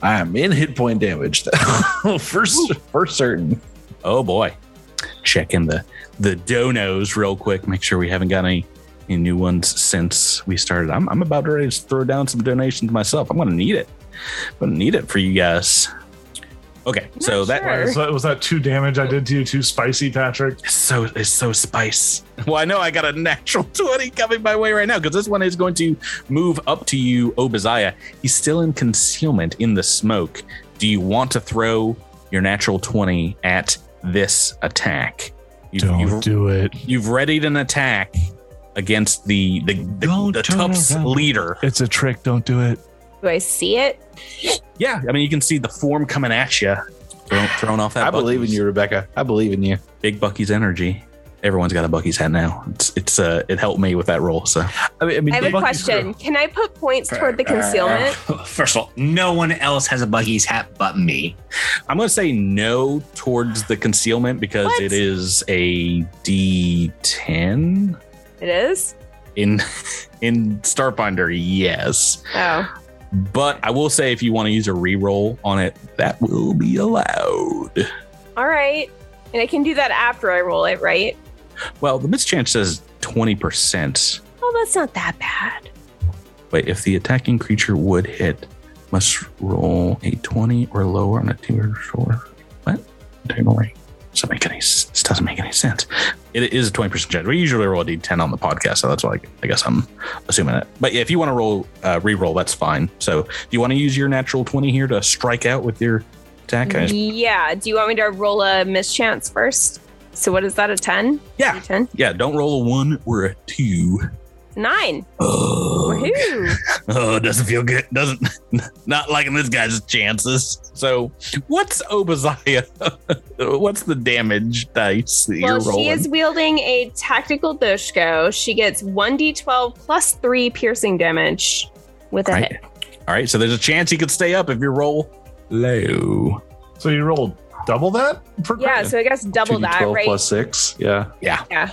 I'm in hit point damage though, for s- for certain. Oh boy. Check in the the donos real quick. Make sure we haven't got any, any new ones since we started. I'm, I'm about ready to throw down some donations myself. I'm gonna need it. I'm gonna need it for you guys. Okay, Not so that sure. Was that, was that two damage I did to you? Too spicy, Patrick. It's so it's so spice. Well, I know I got a natural 20 coming my way right now because this one is going to move up to you, Obaziah. He's still in concealment in the smoke. Do you want to throw your natural 20 at this attack? You've, you've, do it. you've readied an attack against the the, the, Don't the turn Tufts around. leader. It's a trick. Don't do it. Do I see it? Yeah, I mean you can see the form coming at you, thrown, thrown off that. I believe in Bucky's- you, Rebecca. I believe in you. big Bucky's energy. Everyone's got a Bucky's hat now. It's it's uh it helped me with that roll. So I mean, I mean I have a Bucky's question. Can I put points toward the concealment? First of all, no one else has a buggy's hat but me. I'm going to say no towards the concealment because What? it is a D10 It is. in in Starfinder. Yes, Oh, but I will say if you want to use a reroll on it, that will be allowed. all right. And I can do that after I roll it, right? Well, the mischance says 20%, Oh, that's not that bad. but if the attacking creature would hit, must roll a 20 or lower on a 2 or shorter. What? Don't worry. Doesn't make any, s- this doesn't make any sense. It is a 20% chance. We usually roll a d10 on the podcast, so that's why I, I guess I'm assuming it. But yeah, if you want to roll uh, re-roll, that's fine. So do you want to use your natural 20 here to strike out with your attack? I- Yeah. Do you want me to roll a mischance first? So what is that? A ten? Yeah. Ten. Yeah, don't roll a 1 or a 2. Nine. Oh, Woohoo. oh, doesn't feel good. Doesn't not liking this guy's chances. So, what's Obaziah? what's the damage dice that Well, you're rolling? she is wielding a tactical doshko. She gets 1d12 plus 3 piercing damage with a Right. hit. All right, so there's a chance he could stay up if you roll low. So you rolled double that for Yeah, so I guess double that, 2d12 right? plus six. Yeah. Yeah.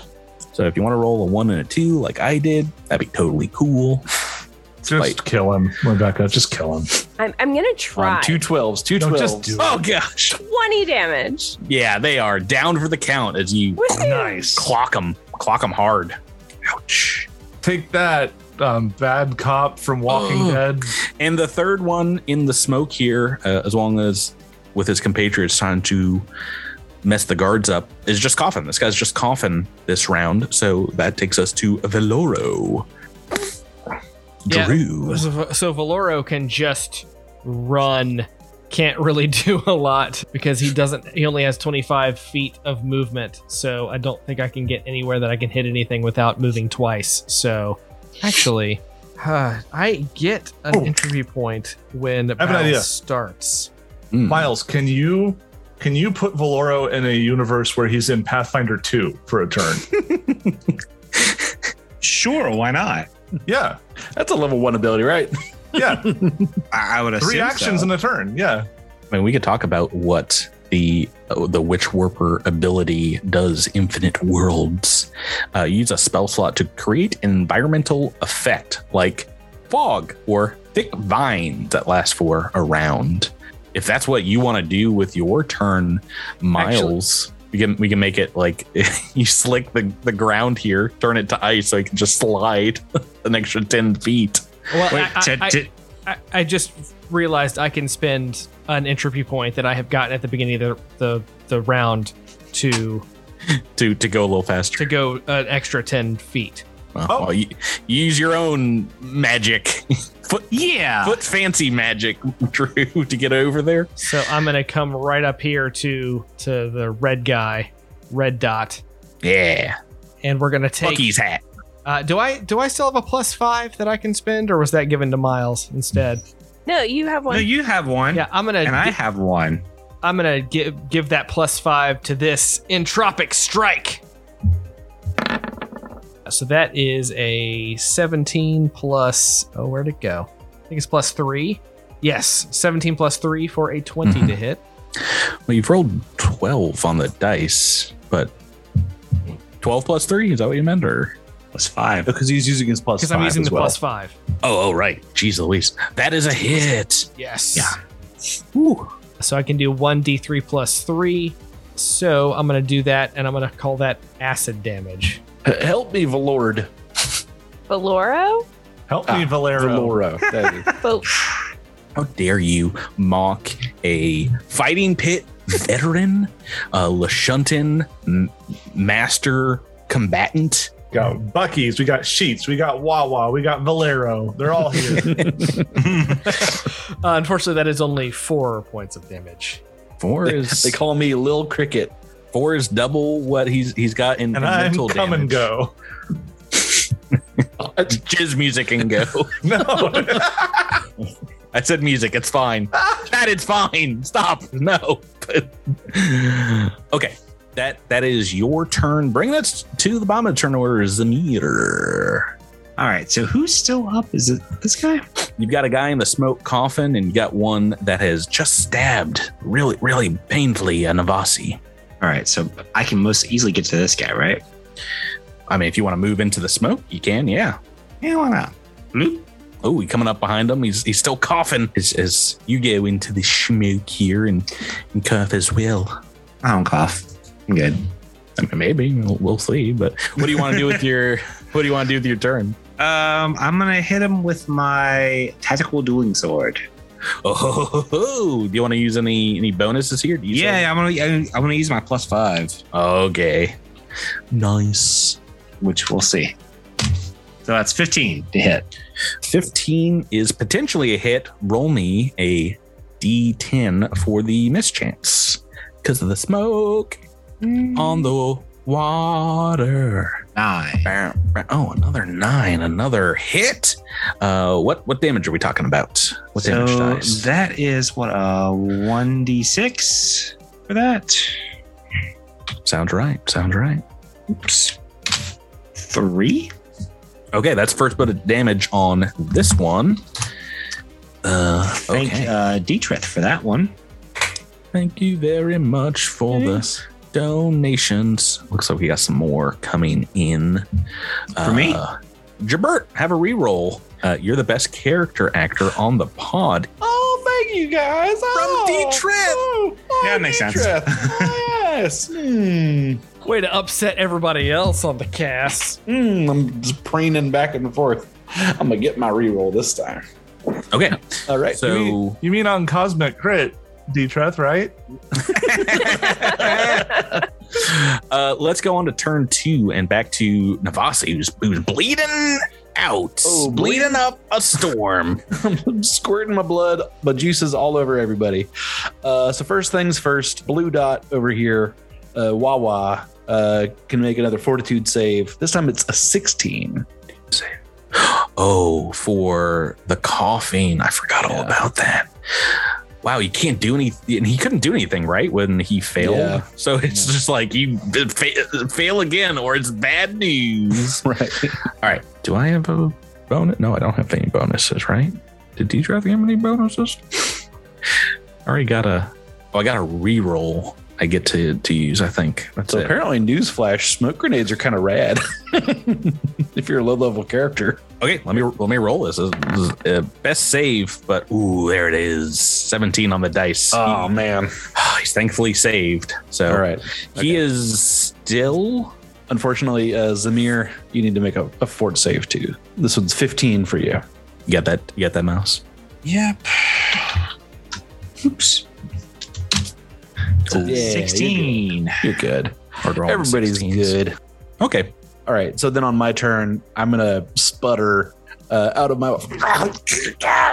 So if you want to roll a one and a two, like I did, that'd be totally cool. just Spike. kill him, Rebecca. Just kill him. I'm, I'm going to try. On two 12s, two Don't 12s. just do it. Oh gosh, 20 damage. yeah, they are down for the count as you Woohoo! clock them, clock them hard. Ouch. Take that, um, bad cop from Walking Oh. Dead. And the third one in the smoke here, uh, as long as with his compatriots trying to mess the guards up, is just coughing. This guy's just coughing this round. So that takes us to Veloro. Yeah. Drew. So, so Valoro can just run. Can't really do a lot because he doesn't. He only has 25 feet of movement, so I don't think I can get anywhere that I can hit anything without moving twice. So, actually, uh, I get an Oh. entry point when the have an idea. starts. Mm. Miles, can you can you put Valoro in a universe where he's in Pathfinder 2 for a turn? Sure, why not? yeah. That's a level one ability, right? Yeah. I, I would assume Three actions so. in a turn. Yeah. I mean, we could talk about what the uh, the Witch Warper ability does. Infinite worlds. Uh, use a spell slot to create an environmental effect like fog or thick vines that last for a round. if that's what you want to do with your turn, Miles, we can we can make it like you slick the, the ground here, turn it to ice so it can just slide an extra ten feet. Well, Wait, I- I- to- I- to- I, I just realized I can spend an entropy point that I have gotten at the beginning of the the, the round to To to go a little faster. to go an extra ten feet. Well, Oh. well, you, use your own magic, foot yeah. foot fancy magic, Drew, to get over there. So I'm gonna come right up here to to the red guy, red dot, Yeah, and we're gonna take. Bucky's hat. Uh, do I do I still have a plus five that I can spend, or was that given to Miles instead? No, you have one. No, you have one. Yeah, I'm gonna And I have one. I'm gonna give give that plus five to this entropic strike. Uh, So that is a 17 plus. Oh, where'd it go? I think it's plus three. Yes, 17 plus three for a 20 Mm-hmm. to hit. Well, you've rolled twelve on the dice, but twelve plus three is that what you meant, or? Plus five. Because he's using his plus Because five I'm using as the well. plus five. Oh, oh, right. Jeez Louise. That is a hit. Yes. Yeah. So I can do 1d3 plus three. So I'm gonna do that, and I'm gonna call that acid damage. H- Help me, Valord. Valoro? Help me, Valero. Valoro. That is- Val- How dare you mock a fighting pit veteran, a Lashuntan m- master combatant? We got Bucky's. We got Sheets. We got Wawa. We got Valero. They're all here. Uh, unfortunately, that is only four points of damage. Four they, is they call me Lil Cricket. four is double what he's he's got in, in and I'm mental come and damage. go. Jizz music and go. No. I said music. It's fine. Chad, it's fine. Stop. No. okay. That that is your turn. Bring that to the bottom of the turn order. Is the meter. All right. So who's still up? Is it this guy? You've got a guy in the smoke coffin, and you got one that has just stabbed really, really painfully a Navasi. All right. So I can most easily get to this guy, right? I mean, if you want to move into the smoke, you can. Yeah. Yeah, why not? Bloop. Oh, he's coming up behind him. He's he's still coughing as, as you go into the smoke here and, and cough as well. I don't cough. I'm good. I mean, maybe we'll, we'll see. But what do you want to do with your what do you want to do with your turn? Um, I'm gonna hit him with my tactical dueling sword. Oh, ho, ho, ho, ho. do you want to use any any bonuses here? Do you yeah, yeah, I'm gonna I'm gonna use my plus five, Okay. Nice. which we'll see. So that's 15 to hit. Fifteen is potentially a hit. Roll me a d10 for the mischance because of the smoke on the water. Nine. Bow, bow. Oh, another nine, another hit. Uh, what what damage are we talking about? What damage so dice? that is what a one d six for that. sounds right. Sounds right. Oops. Three. Okay, that's first bit of damage on this one. Uh, Thank okay. uh, Dietrich for that one. Thank you very much for the donations. Looks like we got some more coming in. Uh, For me? Jabert, have a reroll. Uh, you're the best character actor on the pod. Oh, thank you guys. From oh, D-Trip. Oh, oh, Yeah, that makes sense. D-Trip. yes. Hmm. Way to upset everybody else on the cast. Hmm. I'm just preening back and forth. I'm gonna get my reroll this time. Okay, All right. so You mean on Cosmic Crit, Detreth, right? uh, let's go on to turn two and back to Navasi, who's, who's bleeding out, Oh, bleeding, bleeding. up a storm. I'm squirting my blood, my juices all over everybody. Uh, so first things first, blue dot over here, uh, Wawa uh, can make another fortitude save. This time it's a 16. Oh, for the coughing. I forgot all Yeah. about that. Wow, you can't do anything. He couldn't do anything, right? When he failed. Yeah. So it's Yeah. just like you fa- fail again or it's bad news. Right. all right. Do I have a bonus? No, I don't have any bonuses, right? Did Deidre have any bonuses? I already got a. Oh, I got a reroll. I get to to use. I think that's So it. apparently, newsflash: smoke grenades are kind of rad if you're a low-level character. Okay, let me let me roll this. This is, uh, best save, but ooh, there it is. Seventeen on the dice. Oh man! He's thankfully saved. So All right. he is still. Unfortunately, uh, Zamir, you need to make a, a fort save too. This one's 15 for you. You got that? You got that mouse? Yep. Oops. Yeah, 16. You're good. Hard roll on Everybody's 16s. good. Okay. All right. So then on my turn, I'm going to sputter uh, out of my.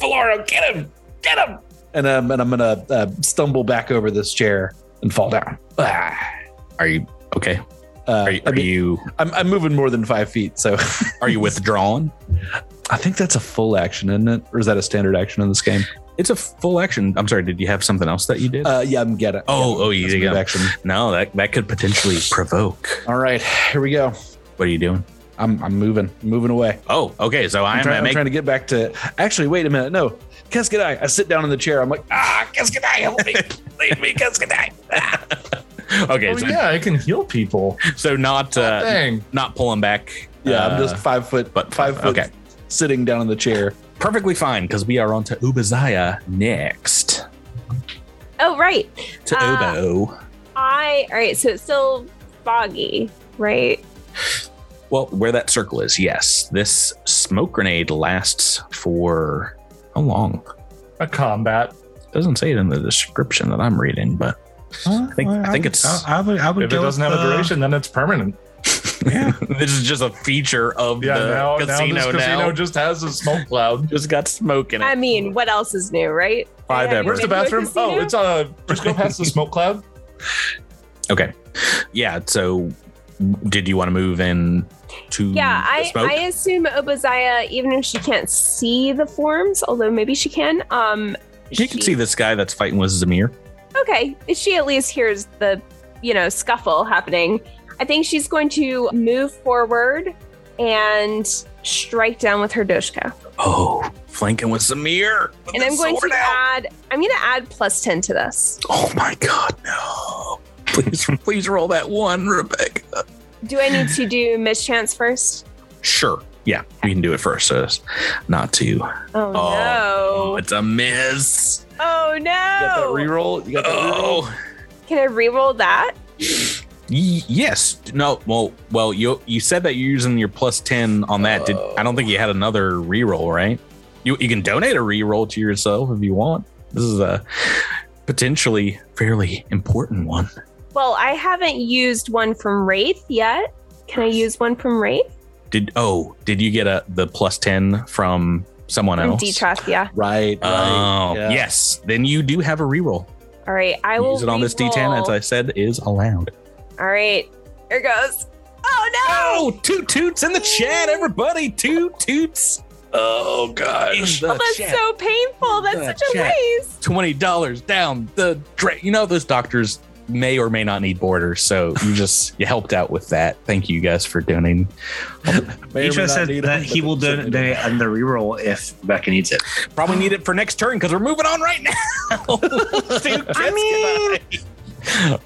Valoro, get him! Get him! And, um, and I'm going to uh, stumble back over this chair and fall down. Ah. Are you okay? Uh, Are you I are mean, you I'm, I'm moving more than five feet. So are you withdrawn? I think that's a full action, isn't it? Or is that a standard action in this game? It's a full action. I'm sorry. Did you have something else that you did? Uh, yeah, I'm get it. oh, oh, you yeah, that's a move yeah. action. No, that that could potentially provoke. All right. Here we go. What are you doing? I'm, I'm moving, moving away. Oh, okay. So I'm, I'm, trying, at I'm make- trying to get back to. Actually, wait a minute. No, Cascadai. I sit down in the chair. I'm like, ah, Cascadai, help me, leave me, Cascadai. okay. Oh, so, yeah, I can heal people. so not Oh, uh, dang. not pulling back. Yeah, I'm uh, just five foot, but- five foot, okay. sitting down in the chair. perfectly fine because we are on to Ubazaya next. Oh, right. To Uh, Obo. I. All right. So it's still foggy, right? Well, where that circle is, yes. This smoke grenade lasts for how long? A combat. Doesn't say it in the description that I'm reading, but I think- I think it's- I, I would. I would If it go doesn't have with, a uh, duration, then it's permanent. this is just a feature of Yeah, the now, casino. now Now, this casino just has a smoke cloud. just got smoke in it. I mean, what else is new, right? Five Yeah, ever. Where's the Remember bathroom? casino? Oh, it's uh just go past the smoke cloud. okay, yeah. So, did you want to move in to Yeah, Mm, the I, smoke? I assume Obazaya, even if she can't see the forms, although maybe she can, um, you can see this guy that's fighting with Zamir. Okay, she at least hears the, you know, scuffle happening. I think she's going to move forward and strike down with her Doshka. Oh, flanking with Zamir. with And the I'm going sword to out. add I'm going to add plus 10 to this. Oh my god, no. Please please roll that one, Rebecca. Do I need to do mischance first? Sure. Yeah, we can do it first. So it's not to. Oh, Oh, no. it's a miss. Oh You got that no. reroll. You got that reroll. Oh. Can I reroll that? Y- yes. No. Well. Well. You you said that you're using your plus ten on that. Did I don't think you had another reroll, right? You you can donate a reroll to yourself if you want. This is a potentially fairly important one. Well, I haven't used one from Wraith yet. Can I use one from Wraith? Did oh did you get a the plus ten from someone From else? Detroth, yeah. Right. Um, right. Oh, Yeah. yes. Then you do have a reroll. All right, I will Use it on this D10, as reroll. I said, is allowed. All right, here goes. Oh no! Oh, two toots in the chat, everybody. Two toots. Oh, gosh. Oh, that's so painful. That's The such a chat. waste. $20 down the drain. You know, those doctors may or may not need borders. So you just, you helped out with that. Thank you guys for donating. May or may Isha not said need that them, he but will certainly do. donate another reroll if Becca needs it. Probably need it for next turn because we're moving on right now. I mean,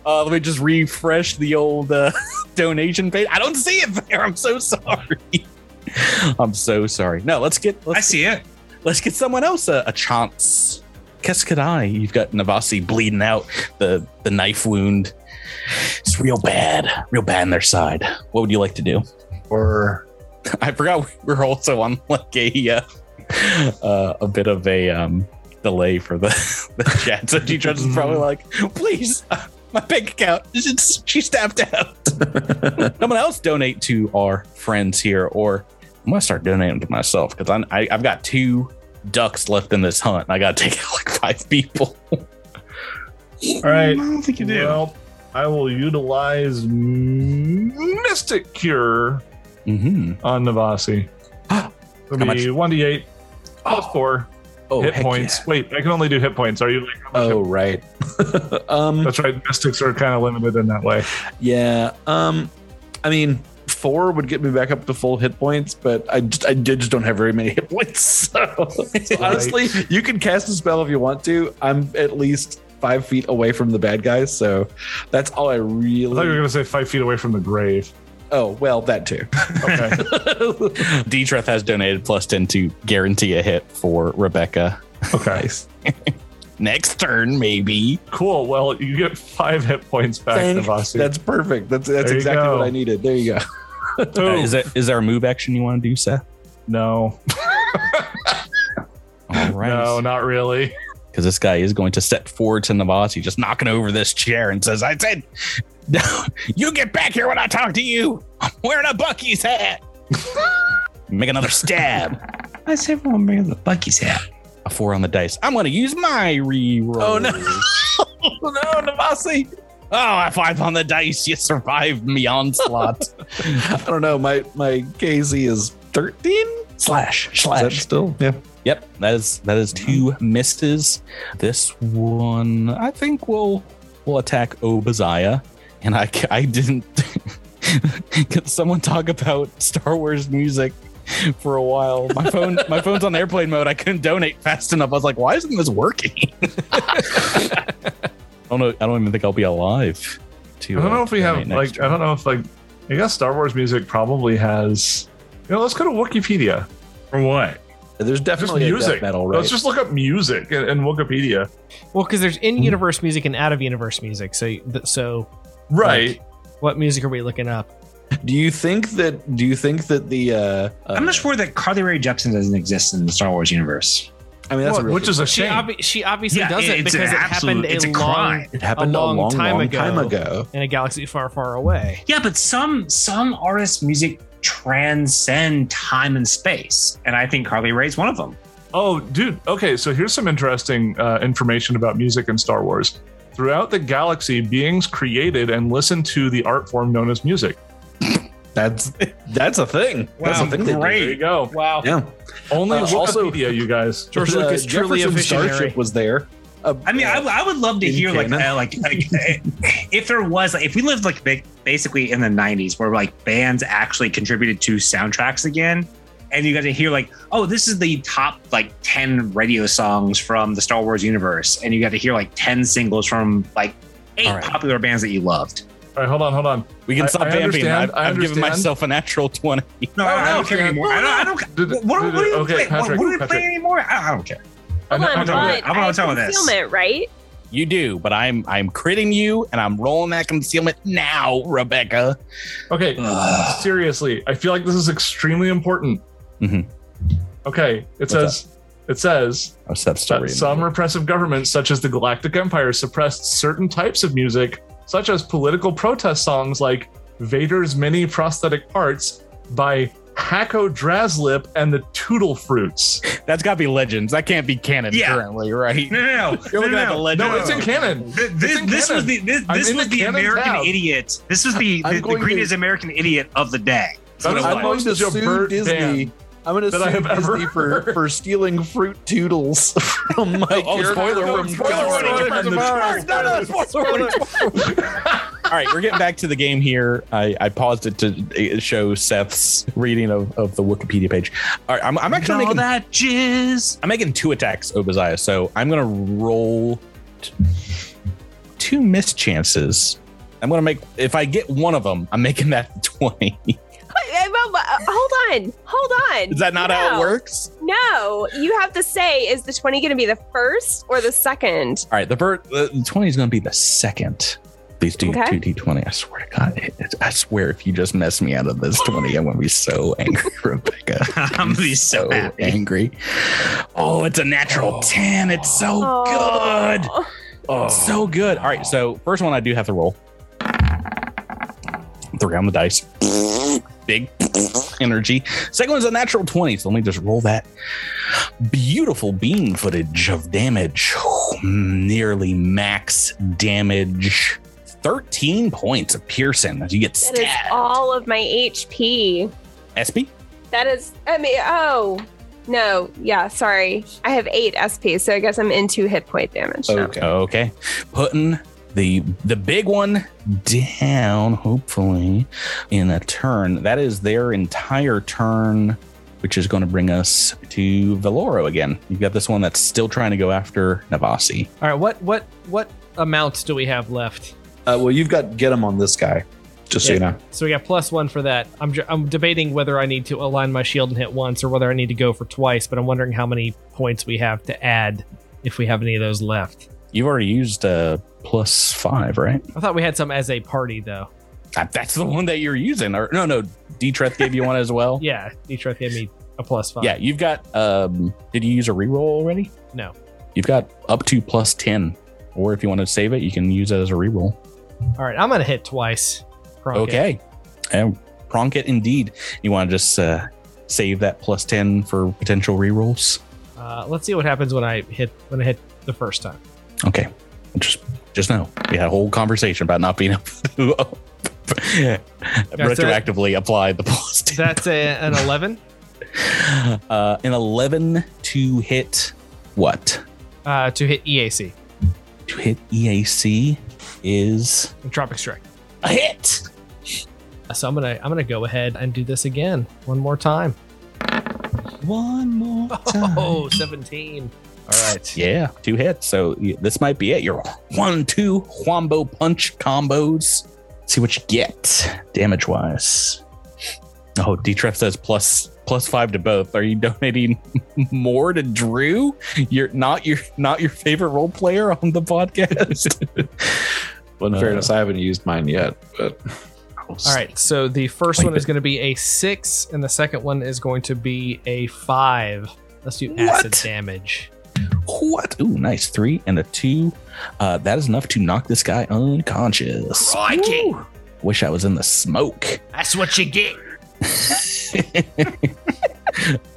uh, let me just refresh the old uh, donation page. I don't see it there. I'm so sorry. I'm so sorry. No, let's get I let's, see it. let's get someone else a, a chance. Keskadai, you've got Navasi bleeding out the the knife wound. It's real bad, real bad in their side. What would you like to do? Or I forgot we we're also on like a uh, uh, a bit of a um, delay for the, the chat. So G is probably like, please, uh, my bank account, it's, she's tapped out. Someone else donate to our friends here, or I'm gonna start donating to myself because I, I've got two ducks left in this hunt. And I gotta take out like five people. All right. I don't think you do. Well, I will utilize Mystic Cure Mm-hmm. on Uh, Navasi. It'll How be 1d8 plus 4 oh, hit heck points. yeah. Wait, I can only do hit points. Are you like, how much hit- Oh right. um. That's right. Mystics are kind of limited in that way. Yeah. Um, I mean, four would get me back up to full hit points, but I just, I did just don't have very many hit points. So, so honestly, you can cast a spell if you want to. I'm at least five feet away from the bad guys. So that's all I I thought you were really. going to say five feet away from the grave. Oh well, that too. Okay. Dietrich has donated plus 10 to guarantee a hit for Rebecca. Okay. nice. Next turn, maybe. Cool. Well, you get five hit points back, Thanks. Navasi. That's perfect. That's that's There you exactly go. what I needed. There you go. Uh, Boom. is, that, is there a move action you want to do, Seth? no, All no, right. not really. Because this guy is going to step forward to Navasi, just knocking over this chair and says, I said, no, you get back here when I talk to you. I'm wearing a Bucky's hat. Make another stab. Why's everyone bringing the Bucky's hat? A four on the dice. I'm going to use my reroll. Oh, no. Oh no, Navasi! Oh, a five on the dice. You survived me onslaught. I don't know. My my KZ is thirteen slash slash. Is that still yeah. Mm-hmm. Yep, that is that is two misses. This one, I think we'll we'll attack Obaziah, and I ca- I didn't. Could someone talk about Star Wars music for a while? My phone my phone's on airplane mode. I couldn't donate fast enough. I was like, why isn't this working? I don't know. I don't even think I'll be alive. I To, don't uh, know if we have donate next like. I don't know if like. I guess Star Wars music probably has. You know, let's go to Wikipedia. For what? There's definitely a music. death metal, right? Let's just look up music in, in Wikipedia. Well, because there's in-universe music and out-of-universe music. So, th- so Right. what music are we looking up? do you think that? Do you think that the? Uh, uh, I'm not sure that Carly Rae Jepsen doesn't exist in the Star Wars universe. I mean, that's Well, a real which is a She, shame. obvi- she obviously Yeah, doesn't it's because it an absolute- happened a, it's a long crime. it happened a a long long, time long ago. time ago. in a galaxy far, far away. Yeah, but some some artists' music transcend time and space, and I think Carly Rae's one of them. Oh, dude. Okay, so here's some interesting uh, information about music in Star Wars. Throughout the galaxy, beings created and listened to the art form known as music. That's that's a thing. that's a thing. Wow, they do. great. There you go. Wow. Yeah. Only Uh, Wikipedia, also- you guys. George Lucas truly a Jefferson's visionary. Starship was there. Uh, I mean, I, w- I would love to In hear like, canon. uh, like like if there was like, if we lived like ba- basically in the '90s where like bands actually contributed to soundtracks again, and you got to hear like, oh, this is the top like ten radio songs from the Star Wars universe, and you got to hear like ten singles from like eight All right. popular bands that you loved. All right, hold on, hold on. we can I- stop I vamping. understand, I've, I I've given understand. myself a natural twenty. No, I, I don't care understand. anymore. I don't. I don't. Did- What, what, did- what are you okay, playing? What- Patrick, what, are you Patrick. playing anymore? I, I don't care. Hold I know- on, I hold know on. that. I I'm gonna have tell her this. concealment, right? You do, but I'm I'm critting you, and I'm rolling that concealment now, Rebecca. Okay, Ugh. seriously, I feel like this is extremely important. Mhm. Okay, it What's says it says Our steps that some repressive governments, such as the Galactic Empire, suppressed certain types of music, such as political protest songs like Vader's Mini Prosthetic Parts by Hacko Draslip and the Tootle Fruits. That's got to be legends. That can't be canon uh, Yeah. currently, right? No, no, no. You're no, looking no, at the no. legend. No, it's in canon. Th- This, in this was canon. the this, I'm this in was the the canon American tab. idiot. This was the I'm the, the going to- greatest American idiot of the day. That is what it I'm the was. going to most sue overt Disney. ban. I'm going to that I sue have ever Disney for, heard. for stealing fruit toodles from my Oh, character spoiler from warning, spoiler Guardians warning, of the and the Galaxy. spoiler No, no, spoiler warning. All right, we're getting back to the game here. I, I paused it to uh, show Seth's reading of, of the Wikipedia page. All right, I'm, I'm actually all making that jizz. I'm making two attacks, Obaziah. So I'm gonna roll t- two missed chances. I'm gonna make if I get one of them, I'm making that twenty. Wait, wait, wait, wait, uh, Hold on, hold on. Is that not how it No. works? No, you have to say is the 20 going to be the first or the second? All right, the bird, the twenty is going to be the second. These two Okay. two d twenty. I swear to God, it- it- I swear if you just mess me out of this twenty, I'm going to be so angry, Rebecca. I'm gonna be so, happy. angry. Oh, it's a natural ten. It's so good. Oh. It's so good. All right, so first one I do have to roll. Three on the dice. Big energy. Second one's a natural 20. So let me just roll that beautiful beam footage of damage. Nearly max damage. 13 points of piercing as you get That is stabbed. all of my HP. SP? That is, I mean, oh, no, yeah, sorry. I have eight SP, so I guess I'm into hit point damage. now. Okay. Okay. Putting the the big one down, hopefully, in a turn. That is their entire turn. which is going to bring us to Valoro again. You've got this one that's still trying to go after Navasi. All right, what what what amounts do we have left? Uh, well, you've got get him on this guy, just so you know. So we got plus one for that. I'm ju- I'm debating whether I need to align my shield and hit once, or whether I need to go for twice. But I'm wondering how many points we have to add if we have any of those left. You've already used uh, plus five, right? I thought we had some as a party though. That- That's the one that you're using. Or no, no, Detreth gave you one as well. Yeah, Detroit gave me a plus five. Yeah, you've got. Um, did you use a reroll already? No. You've got up to plus ten, or if you want to save it, you can use it as a reroll. All right, I'm gonna hit twice. Kronk it. Okay. And pronk it indeed. You want to just uh, save that plus ten for potential rerolls. Uh, let's see what happens when I hit when I hit the first time. Okay. Just just know we had a whole conversation about not being able to retroactively apply the plus ten. That's a, an eleven. Uh, an eleven to hit what? Uh, to hit EAC, To hit EAC is Entropic Strike. a Uh, hit. So I'm gonna I'm gonna go ahead and do this again one more time. One more Oh, 17. All right. Yeah, two hits. So y- this might be it. Your one, two wombo punch combos. See what you get damage wise. Oh, Detref says plus plus five to both. Are you donating more to Drew? You're not your not your favorite role player on the podcast. Well, in Uh, fairness, I haven't used mine yet, but All right. So the first Like one is going to be a six, and the second one is going to be a five. Let's do acid What? damage. What? Ooh, nice three and a two. Uh, that is enough to knock this guy unconscious. Oh, Ooh. Wish I was in the smoke. That's what you get.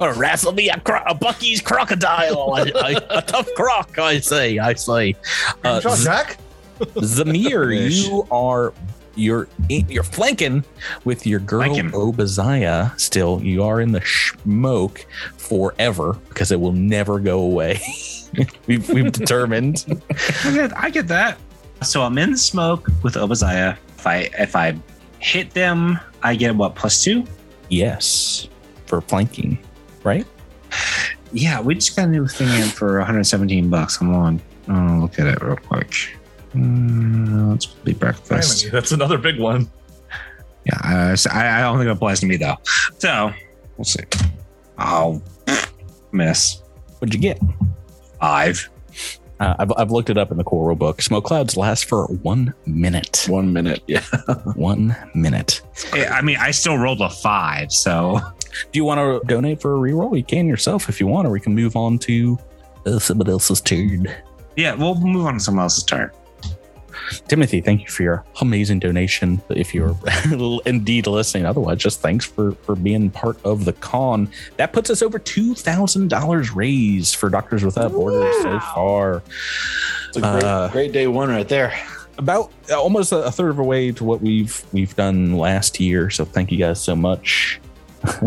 A wrestle me a, cro- a Bucky's crocodile, I- I- a tough croc, I say, I say. Uh, Z- Zach? Zamir, Ish. you are you're in- you're flanking with your girl Flanking. Obaziah. Still, you are in the smoke forever because it will never go away. we've, we've determined. I get, I get that. So I'm in smoke with Obaziah. If I if I hit them, I get what plus two. Yes, for flanking. Yeah, we just got a new thing in for 117 bucks. Come on, oh, look at it real quick. Mm, let's be breakfast. Finally, that's another big one. Yeah, I, I I don't think it applies to me though. So we'll see. I'll miss What'd you get? five. Uh, I've, I've looked it up in the core rule book. Smoke clouds last for one minute. one minute. Yeah. One minute. I I mean, I still rolled a five, so Do you want to donate for a reroll? You can yourself if you want, or we can move on to uh, somebody else's turn. yeah, we'll move on to someone else's turn. Timothy, thank you for your amazing donation. If you're indeed listening, otherwise, just thanks for for being part of the con. That puts us over two thousand dollars raised for Doctors Without Borders so far. It's a great, Uh, great day one right there. about uh, almost a third of a way to what we've we've done last year. So thank you guys so much.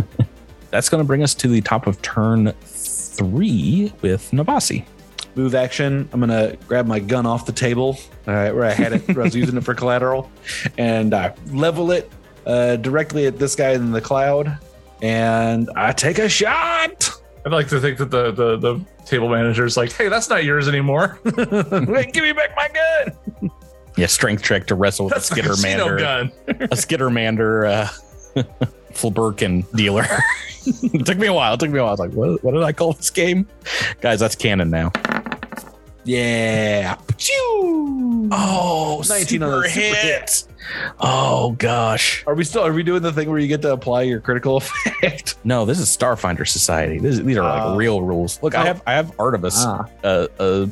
That's going to bring us to the top of turn three with Navasi. Move action. I'm gonna grab my gun off the table. All right, where I had it, where I was using it for collateral, and I level it uh, directly at this guy in the cloud, and I take a shot. I'd like to think that the, the, the table manager's like, hey, that's not yours anymore. Wait, give me back my gun. Yeah, strength check to wrestle with That's a the casino Skittermander, gun. a Skittermander uh, Fulberkin dealer. it took me a while. It took me a while. I was like, what, what did I call this game? Guys, that's canon now. Yeah. Oh, 19 on the super hit. Oh, gosh. Are we still? Are we doing the thing where you get to apply your critical effect? No, this is Starfinder Society. This, these are like Oh. real rules. Look, I have I have Artemis, Ah. uh, a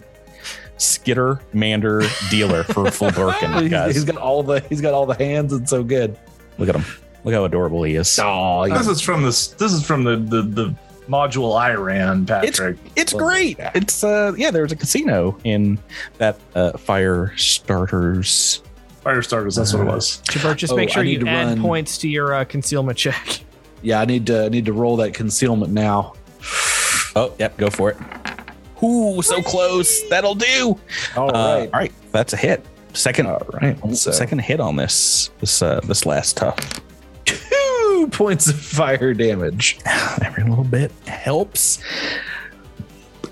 skitter mander dealer for full Birkin, He's- guys. he's got all the he's got all the hands. It's so good. Look at him. Look how adorable he is. Oh, This is from this this is from the the, the module I ran, Patrick. It's great. It's uh yeah, there was a casino in that uh fire starters. Fire starters, that's what it was. Jabert, just Oh, make I sure need you to add run. points to your uh, concealment check. yeah. I need to I need to roll that concealment now. Oh, yep, go for it. Ooh, so close. That'll do. All Uh, right. all right, that's a hit. Second All right. So second hit on this this uh this last tough. Two two points of fire damage. Every little bit helps.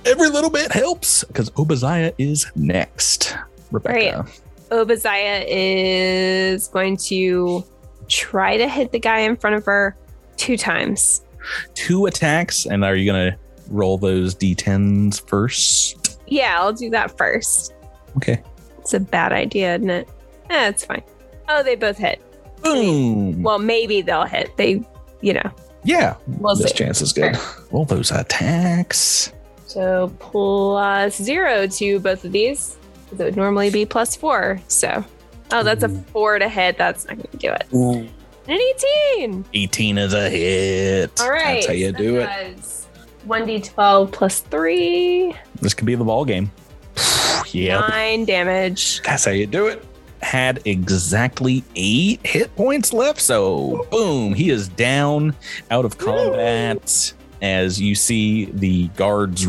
Every little bit helps because Obaziah is next. Rebecca. Obaziah is going to try to hit the guy in front of her two times. Two attacks. And are you going to roll those d10s first? Yeah, I'll do that first. Okay. It's a bad idea, isn't it? Eh, it's fine. Oh, they both hit. Boom. Well, maybe they'll hit. They, you know, yeah. we'll This see. chance is good. Roll those attacks. So plus zero to both of these. 'cause It would normally be plus four. So, oh, that's a four to hit. That's not going to do it. An 18. 18 is a hit. All right. That's how you do it. 1d12 plus three. This could be the ball game. yep. Nine damage. That's how you do it. had exactly eight hit points left. So, boom, he is down out of combat. As you see the guards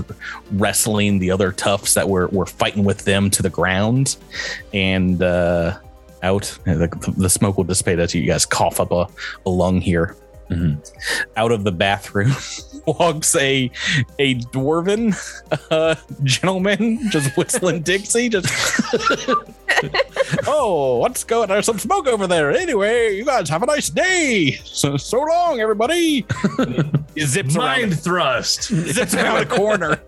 wrestling the other toughs that were, were fighting with them to the ground, and uh, out the, the smoke will dissipate as you guys cough up a, a lung here. Mhm. Out of the bathroom walks a a dwarven uh, gentleman just whistling Dixie, just oh, what's going? There's some smoke over there. Anyway, you guys have a nice day. So, so long, everybody. it zips Mind around, thrust. zips around a corner.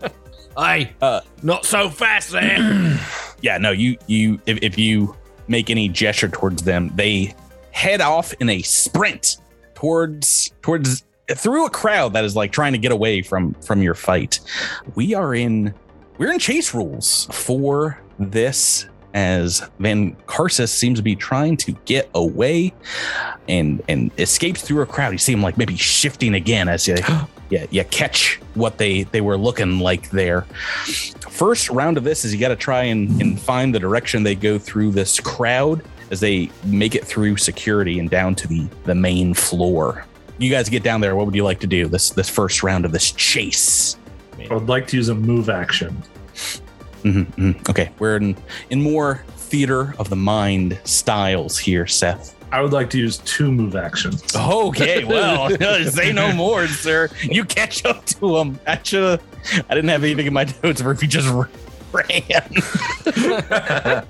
Hey, Uh, not so fast there. Yeah, no, you you if, if you make any gesture towards them, they head off in a sprint towards towards through a crowd that is like trying to get away from from your fight. We are in we're in chase rules for this as Van Karsis seems to be trying to get away and and escapes through a crowd. You see him like maybe shifting again as you yeah, you catch what they they were looking like there. First round of this is you got to try and, and find the direction they go through this crowd as they make it through security and down to the the main floor. You guys get down there. What would you like to do this this first round of this chase? I'd like to use a move action. Mhm, mhm. Okay, we're in in more theater of the mind styles here, Seth. I would like to use two move actions. Oh. Okay, well, say no more, sir. You catch up to him. I should have. I didn't have anything in my notes for if you just r- ran. I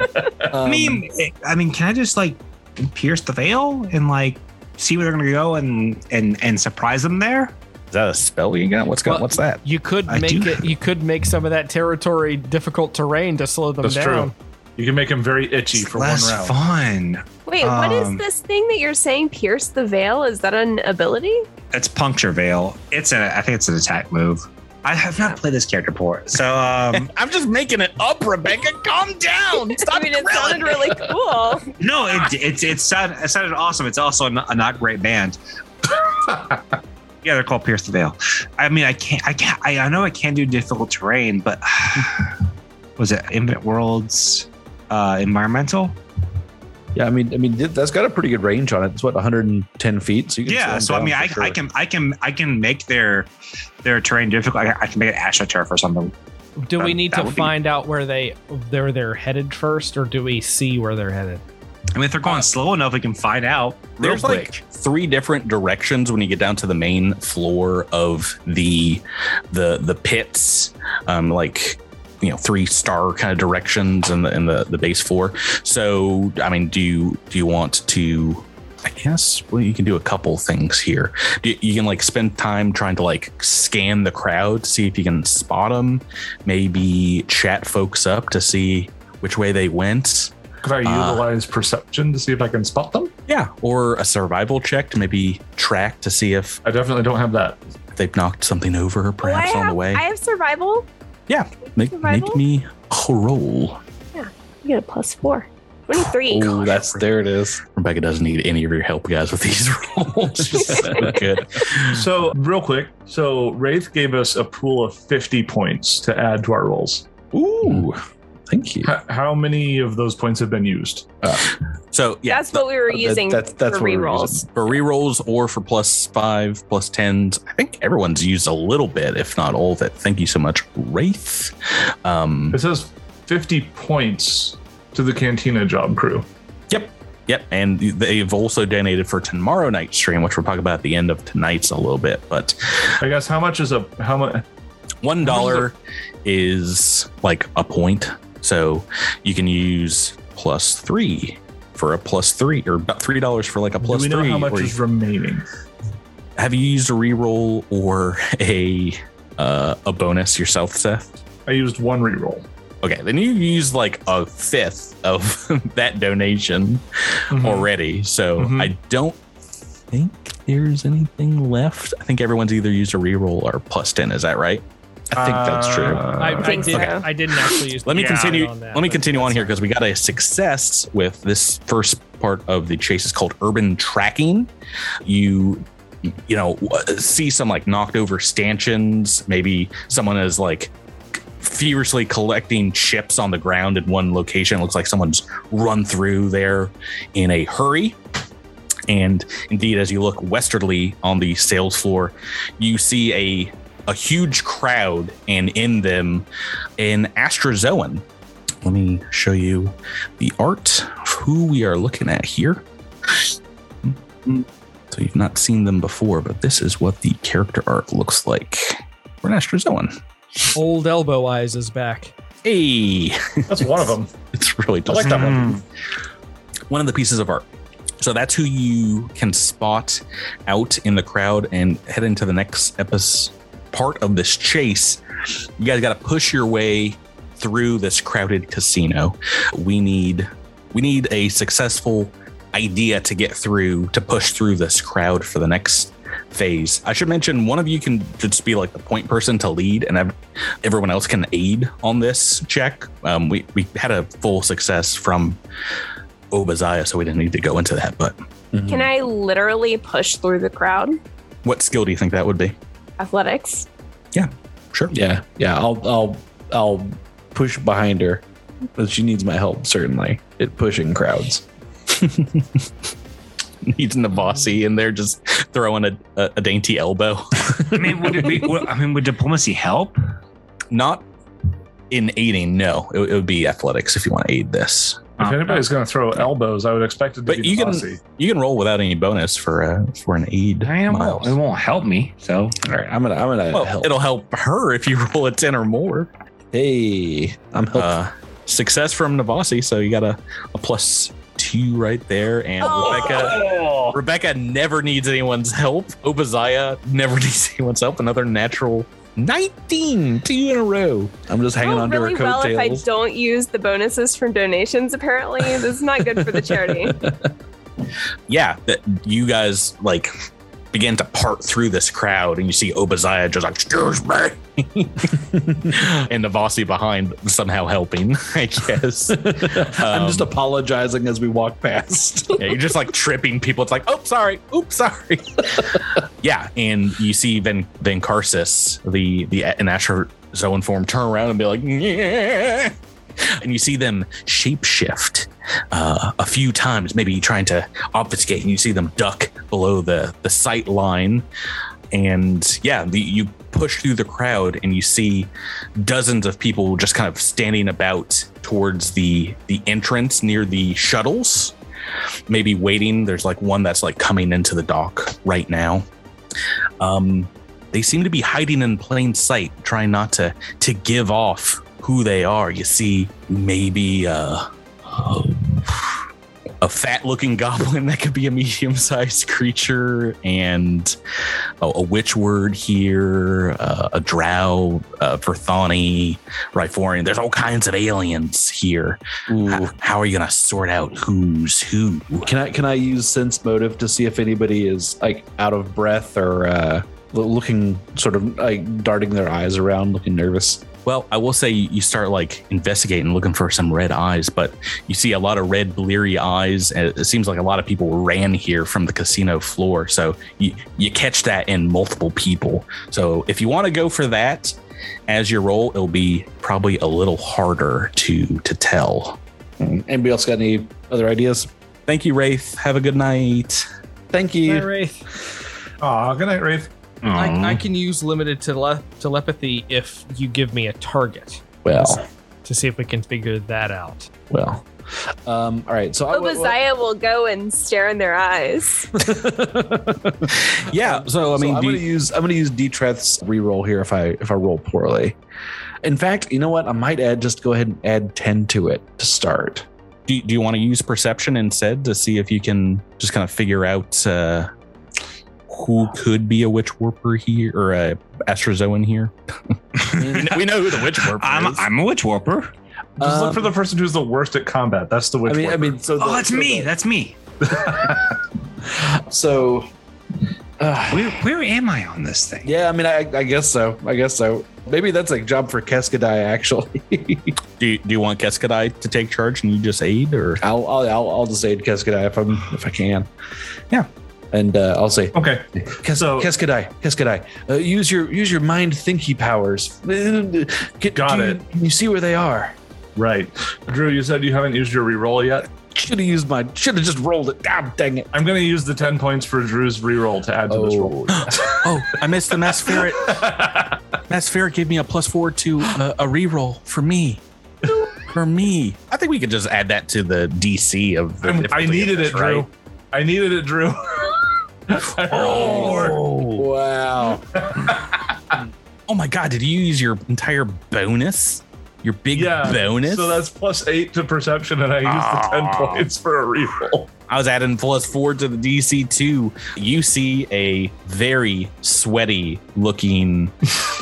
Um, mean, Um, I mean, can I just like pierce the veil and like see where they're gonna go and and and surprise them there? Is that a spell you got? What's got- What's what's that? You could I make do- it. You could make some of that territory difficult terrain to slow them That's down. true. You can make him very itchy for one less round. fun. Wait, what is Um, this thing that you're saying? Pierce the veil? Is that an ability? It's puncture veil. It's a. I think it's an attack move. I have not played this character before, so um, I'm just making it up, Rebecca. Calm down. Stop I mean, it sounded really cool. no, it it it sounded, it sounded awesome. It's also a not, a not great band. yeah, they're called Pierce the Veil. I mean, I can't, I can't, I, I know I can do difficult terrain, but was it Infinite Worlds uh, environmental? Yeah, I mean, I mean, th- that's got a pretty good range on it. It's what 110 feet. So you can slow yeah, them so I down mean, for I, sure. I can, I can, I can make their their terrain difficult. I, I can make it astroturf or something. Do we That- need that to would be- find out where they where they're headed first, or do we see where they're headed? I mean, if they're going slow enough, we can find out real There's quick. like three different directions when you get down to the main floor of the the the pits, um, like you know three star kind of directions in the in the, the base floor. So I mean, do you do you want to? I guess well, you can do a couple things here. You, you can like spend time trying to like scan the crowd, see if you can spot them. Maybe chat folks up to see which way they went. Could I Uh, utilize perception to see if I can spot them? Yeah, or a survival check to maybe track to see if I definitely don't have that. they've knocked something over, perhaps I on have, the way. I have survival. Yeah, make, survival? make me a roll. You get a plus four. 23. Oh, that's there it is. Rebecca doesn't need any of your help, guys, with these rolls. She's so good. So, real quick. So, Wraith gave us a pool of 50 points to add to our rolls. Ooh, thank you. H- how many of those points have been used? So yeah, that's what we were That- using that's- that's for what we were rerolls. using. for re-rolls or for plus five, plus tens. I think everyone's used a little bit, if not all of it. Thank you so much, Wraith. Um, It says 50 points to the Cantina job crew. Yep, and they've also donated for tomorrow night's stream, which we'll talk about at the end of tonight's a little bit. But I guess how much is a how much? one dollar is like a point, so you can use plus three for a plus three, or about three dollars for like a plus do we know three. how much or you- is remaining? have you used a reroll or a uh, a bonus yourself, Seth? I used one reroll. Okay, then you used like a fifth of that donation Mm-hmm. Hmm. already. So Mhm. I don't think there's anything left. I think everyone's either used a reroll or plus 10. Is that right? I think that's true. Uh, I, I, Think did, so. I didn't actually use. Let me the continue. on that, let me but continue on that's here because we got a success with this first part of the chase. It's called urban tracking. You, you know, w- see some like knocked over stanchions. Maybe someone is like furiously collecting chips on the ground in one location. It looks like someone's run through there in a hurry. And indeed, as you look westerly on the sales floor, you see a a huge crowd, and in them, an astrozoan. Let me show you the art of who we are looking at here. So you've not seen them before, but this is what the character art looks like for an astrozoan. old elbow eyes is back. Hey, that's one of them. it's really I like that one. Hmm. one of the pieces of art. So that's who you can spot out in the crowd and head into the next episode part of this chase. You guys got to push your way through this crowded casino. We need we need a successful idea to get through to push through this crowd for the next phase. I should mention one of you can just be like the point person to lead and ev- everyone else can aid on this check. Um, we, we had a full success from Obaziah, Oh, so we didn't need to go into that. But Can I literally push through the crowd? what skill do you think that would be? Athletics. Sure. Yeah, yeah. I'll I'll I'll push behind her, but she needs my help certainly. It pushing crowds. Needs Navasi in there just throwing a, a, a dainty elbow. I mean, would it be, would, I mean, would diplomacy help? Not in aiding, no. It, it would be athletics if you want to aid this. If anybody's going to throw elbows, I would expect it to But be you can- Fosse. You can roll without any bonus for uh, for an aid. I am. Miles. It won't help me. So All right, I'm gonna I'm gonna Well, help. it'll help her if you roll a ten or more. Hey, I'm helping. Uh, success from Navasi, so you got a, a plus two right there. And Rebecca Rebecca never needs anyone's help. Obaziah never needs anyone's help. Another natural 19, two in a row. I'm just hanging Oh, on to really her well if I coattails. don't use the bonuses from donations. Apparently, this is not good for the charity. yeah, that you guys like begin to part through this crowd, and you see Obaziah just like, "Excuse me," and Navasi behind somehow helping. I guess I'm just Um, apologizing as we walk past. yeah, you're just like tripping people. It's like, oh, sorry, oops, sorry. yeah, and you see Van Van Carsis, the the an Asher Zoan form, turn around and be like, yeah. And you see them shapeshift uh, a few times, maybe trying to obfuscate. And you see them duck below the the sight line, and yeah, the, you push through the crowd and you see dozens of people just kind of standing about towards the the entrance near the shuttles maybe waiting. There's like one that's like coming into the dock right now. Um, they seem to be hiding in plain sight, trying not to to give off who they are. You see, maybe uh, a fat looking goblin that could be a medium sized creature, and a, a witch word here, uh, a drow, uh, Verthani, Riforian. There's all kinds of aliens here. How, how are you gonna sort out who's who? Can I can I use sense motive to see if anybody is like out of breath or uh, lo- looking sort of like darting their eyes around, looking nervous? Well, I will say you you start like investigating, looking for some red eyes, but you see a lot of red, bleary eyes. and It seems like a lot of people ran here from the casino floor. So you, you catch that in multiple people. So if you want to go for that as your role, it'll be probably a little harder to to tell. Anybody else got any other ideas? Thank you, Wraith. Have a good night. Thank Hi, you. Wraith. Aw, good night, Wraith. I, I can use limited tele- telepathy if you give me a target Well, to see if we can figure that out. well, Um, all right. So Oh, I- Obaziah will go and stare in their eyes. Yeah. So I mean, Um, I'm do gonna you- use I'm gonna use Detreth's reroll here if I if I roll poorly. In fact, you know what? I might add just go ahead and add ten to it to start. do, do you want to use perception instead to see if you can just kind of figure out uh, who could be a witch warper here or a astrozoan here? we know who the witch warper I'm, is. I'm a witch warper. Just Um, look for the person who's the worst at combat. That's the I witch. mean, I mean, so the- Oh, that's so me. the- That's me. so. Uh, Where where am I on this thing? yeah, I mean, I, I guess so. I guess so. Maybe that's a job for Keskadai. Actually, do, you, do you want Keskadai to take charge and you just aid, or I'll I'll I'll, I'll just aid Keskadai if I'm if I can. Yeah, and uh, I'll say okay. Kes- So- Keskadai, Keskadai, uh, use your use your mind thinky powers. Get, Got do you- it. Can you see where they are? Right. Drew, you said you haven't used your reroll yet. Should have used my. Should have just rolled it. Ah, dang it. I'm going to use the 10 points for Drew's reroll to add to this roll. oh, I missed the mass ferret. Mass ferret gave me a plus four to uh, a reroll for me. For me, I think we could just add that to the DC of the. I'm- I needed it, Drew. I needed it, Drew. I rolled four. Oh, wow. oh my God! Did you use your entire bonus? Your big Yeah, bonus? So that's plus eight to perception, and I used the 10 Ah. points for a reroll. I was adding plus four to the DC two. You see a very sweaty looking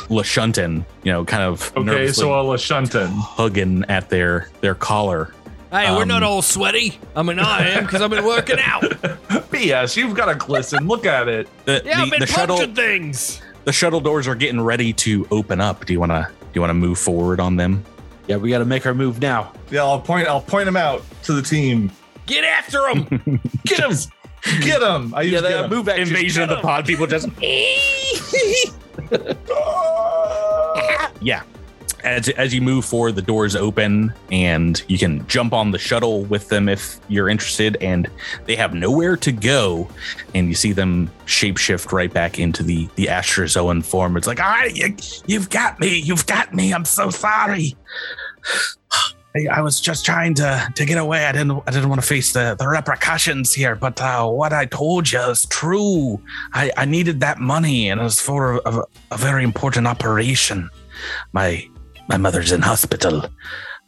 Lashunton, you know, kind of Okay, nervously so a Lashunton. hugging at their their collar. Hey, we're not Um, all sweaty. I mean, I am because I've been working out. BS, you've got a glisten. Look at it. The, Yeah, the, I've been the punching shuttle things. the shuttle doors are getting ready to open up. Do you wanna do you wanna move forward on them? Yeah, we got to make our move now. Yeah, I'll point. I'll point him out to the team. Get after them. Get him! Get him! I used Yeah, get that 'em. move action. Invasion of the pod people just Yeah. As, as you move forward, the doors open and you can jump on the shuttle with them if you're interested. And they have nowhere to go. And you see them shapeshift right back into the, the Astrozoan form. It's like, all right, you, you've got me. You've got me. I'm so sorry. I, I was just trying to, to get away. I didn't I didn't want to face the, the repercussions here, but uh, what I told you is true. I, I needed that money and it was for a, a, a very important operation my my mother's in hospital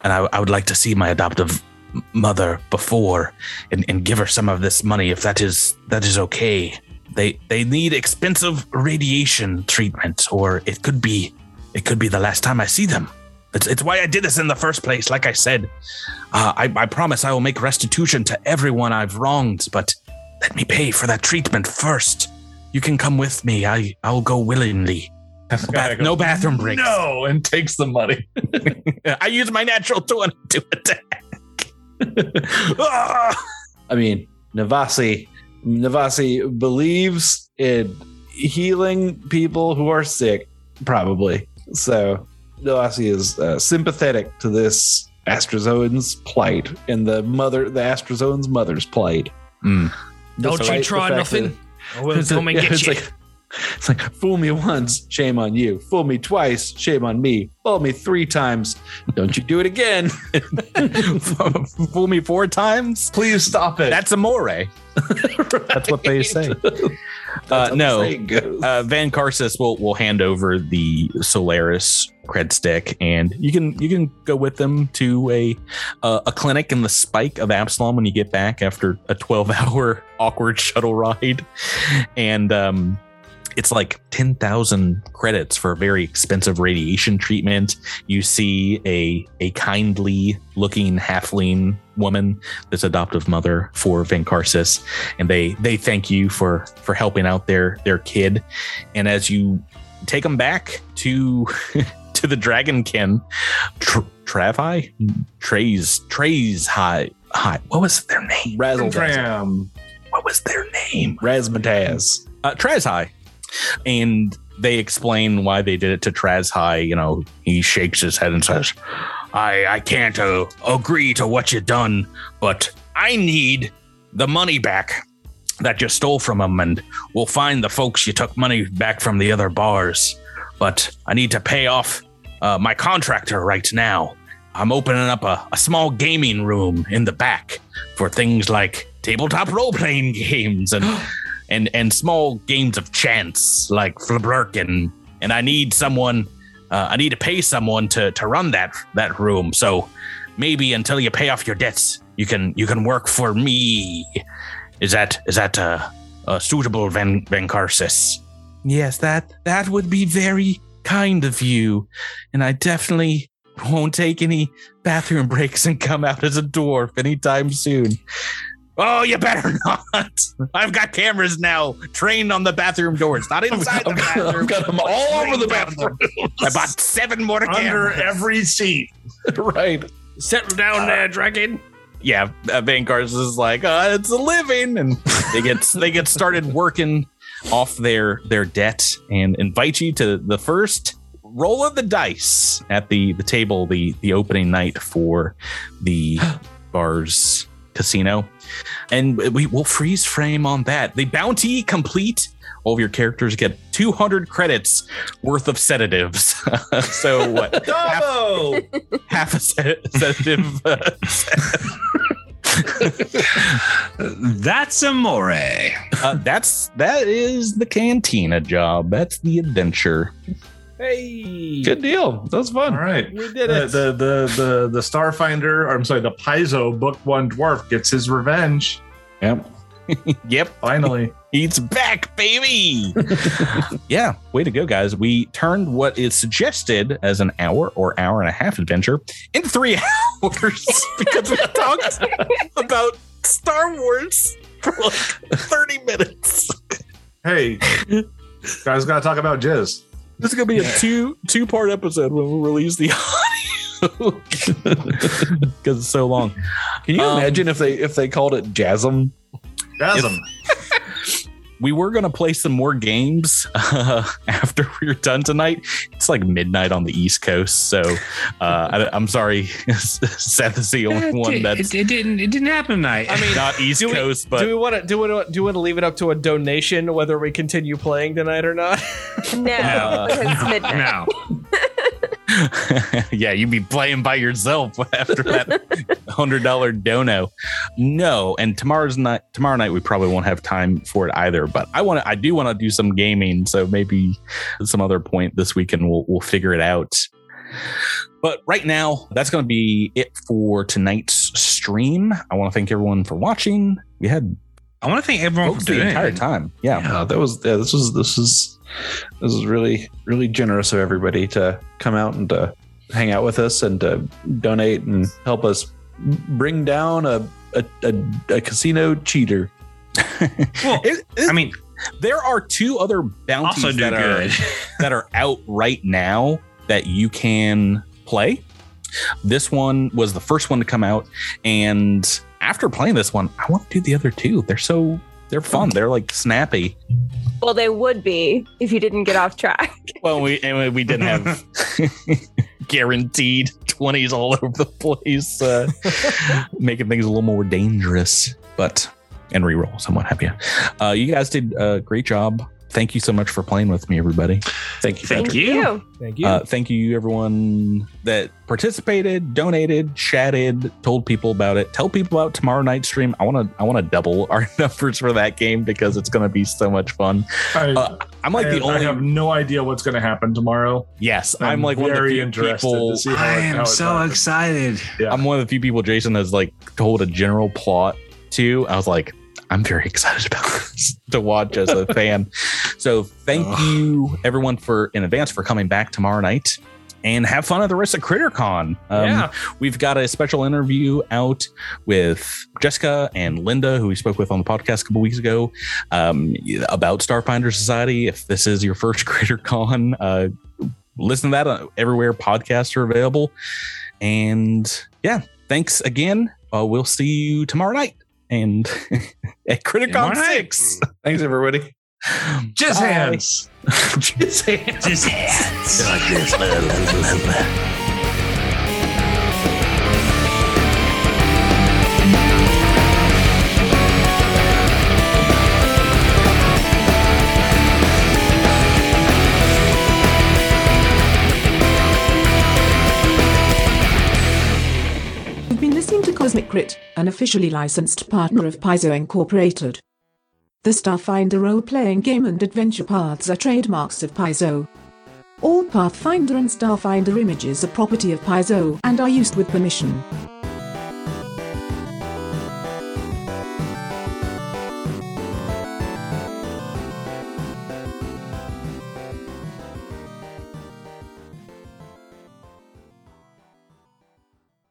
and I, I would like to see my adoptive m- mother before and, and give her some of this money if that is that is okay they they need expensive radiation treatment or it could be it could be the last time i see them it's, it's why i did this in the first place like i said uh, I, I promise i will make restitution to everyone i've wronged but let me pay for that treatment first you can come with me i i'll go willingly This guy Bath- goes, no bathroom breaks No, and takes the money. I use my natural 20 to attack. I mean, Navasi. Navasi believes in healing people who are sick, probably. So Navasi is uh, sympathetic to this Astrozoan's plight and the mother, the Astrozoan's mother's plight. Hmm. Don't Despite you the try fact that- nothing. I will come and yeah, get it's you. Like, it's like fool me once, shame on you. Fool me twice, shame on me. Fool me three times, don't you do it again. Fool me four times? Please stop it. That's amore. That's what they say. Uh, no, uh, Van Karsis will will hand over the Solaris cred stick, and you can you can go with them to a uh, a clinic in the Spike of Absalom when you get back after a twelve hour awkward shuttle ride, and um, it's like ten thousand credits for a very expensive radiation treatment. You see a a kindly looking halfling woman, this adoptive mother for Van Karsis, and they they thank you for for helping out their their kid and as you take them back to to the dragonkin tr- travi trays trays high high what was their name Razzle dazzle. Tram. what was their name Razzmatazz. uh, Traz High. And they explain why they did it to Traz High. You know, he shakes his head and says, I, I can't uh, agree to what you done, but I need the money back that you stole from him, and we'll find the folks you took money back from the other bars. But I need to pay off uh, my contractor right now. I'm opening up a, a small gaming room in the back for things like tabletop role playing games and and and small games of chance like Flabberkin. And I need someone. Uh, I need to pay someone to to run that that room. So maybe until you pay off your debts, you can you can work for me. Is that is that uh, uh suitable, Van Van Carsis? Yes, that that would be very kind of you, and I definitely won't take any bathroom breaks and come out as a dwarf anytime soon. Oh, you better not! I've got cameras now trained on the bathroom doors, not inside the I've got- I've bathroom. got 'em all trained over the on them. I bought seven more to Under cameras. every seat. right. Settle down there, dragon. yeah, uh, Van Cars is like, uh, it's a living, and they get they get started working off their their debt and invite you to the first roll of the dice at the the table the the opening night for the bars casino, and we will freeze frame on that. The bounty complete. All of your characters get 200 credits worth of sedatives. so what? Bravo! half a sed- sedative uh, That's amore. uh, that's that is the cantina job. That's the adventure. Hey, Good deal. That was All fun. right. we Uh, did The, it. the the the the Starfinder, or I'm sorry, the Paizo Book One dwarf gets his revenge. Yep. Yep, Finally, it's back, baby. yeah, way to go, guys. We turned what is suggested as an hour or hour and a half adventure into three hours because we talked about Star Wars for like 30 minutes. hey, guys, gotta talk about jizz. This is gonna be a two two part episode when we release the audio because it's so long. Can you Um, imagine if they if they called it Jasm? Jasm. we were going to play some more games uh, after we were done tonight. It's like midnight on the East Coast, so uh, I, I'm sorry, Seth is the only one that's it, it didn't. It didn't happen tonight. I mean, not East do we- Coast, but do we want to do we do we want to leave it up to a donation whether we continue playing tonight or not? No, because it's midnight. no. yeah, you'd be playing by yourself after that hundred dollar dono. No, and tomorrow's night. Tomorrow night we probably won't have time for it either. But I want to. I do want to do some gaming. So maybe at some other point this weekend we'll we'll figure it out. But right now, that's going to be it for tonight's stream. I want to thank everyone for watching. We had I want to thank everyone folks for the doing entire it. time. Yeah. Yeah, that was yeah, this was this is this is really really generous of everybody to come out and to hang out with us and to donate and help us bring down a a, a, a casino cheater. Well, It- it- I mean, there are two other bounties also do that uh, are good. that are out right now that you can play. This one was the first one to come out, and after playing this one, I want to do the other two. They're so they're fun. They're like snappy. Well, they would be if you didn't get off track. Well, we and we didn't have guaranteed twenties all over the place, uh, making things a little more dangerous. But and re-rolls and what have you. Uh, you guys did a great job. Thank you so much for playing with me, everybody. Thank you. Thank you. Thank you. Uh, thank you, everyone that participated, donated, chatted, told people about it. Tell people about tomorrow night's stream. I want to, I want to double our numbers for that game because it's going to be so much fun. I, Uh, I'm like the I- I only. have no idea what's going to happen tomorrow. yes, I'm, like one of the very few interested people. to see how it- how it happens. excited. I'm one of the few people Jason has like told a general plot to. I was like, I'm very excited about this to watch as a fan. So thank Ugh. you everyone for in advance for coming back tomorrow night. And have fun at the rest of CritterCon. Um, yeah, We've got a special interview out with Jessica and Linda, who we spoke with on the podcast a couple weeks ago, um, about Starfinder Society. If this is your first Creator Con, uh, listen to that uh, everywhere podcasts are available. And yeah, thanks again. Uh, we'll see you tomorrow night and at Tomorrow CriticCon night. 6. Thanks everybody. Jizz Bye. hands. Just hands. Cosmic Crit, an officially licensed partner of Paizo Incorporated. The Starfinder role playing game and adventure paths are trademarks of Paizo. All Pathfinder and Starfinder images are property of Paizo and are used with permission.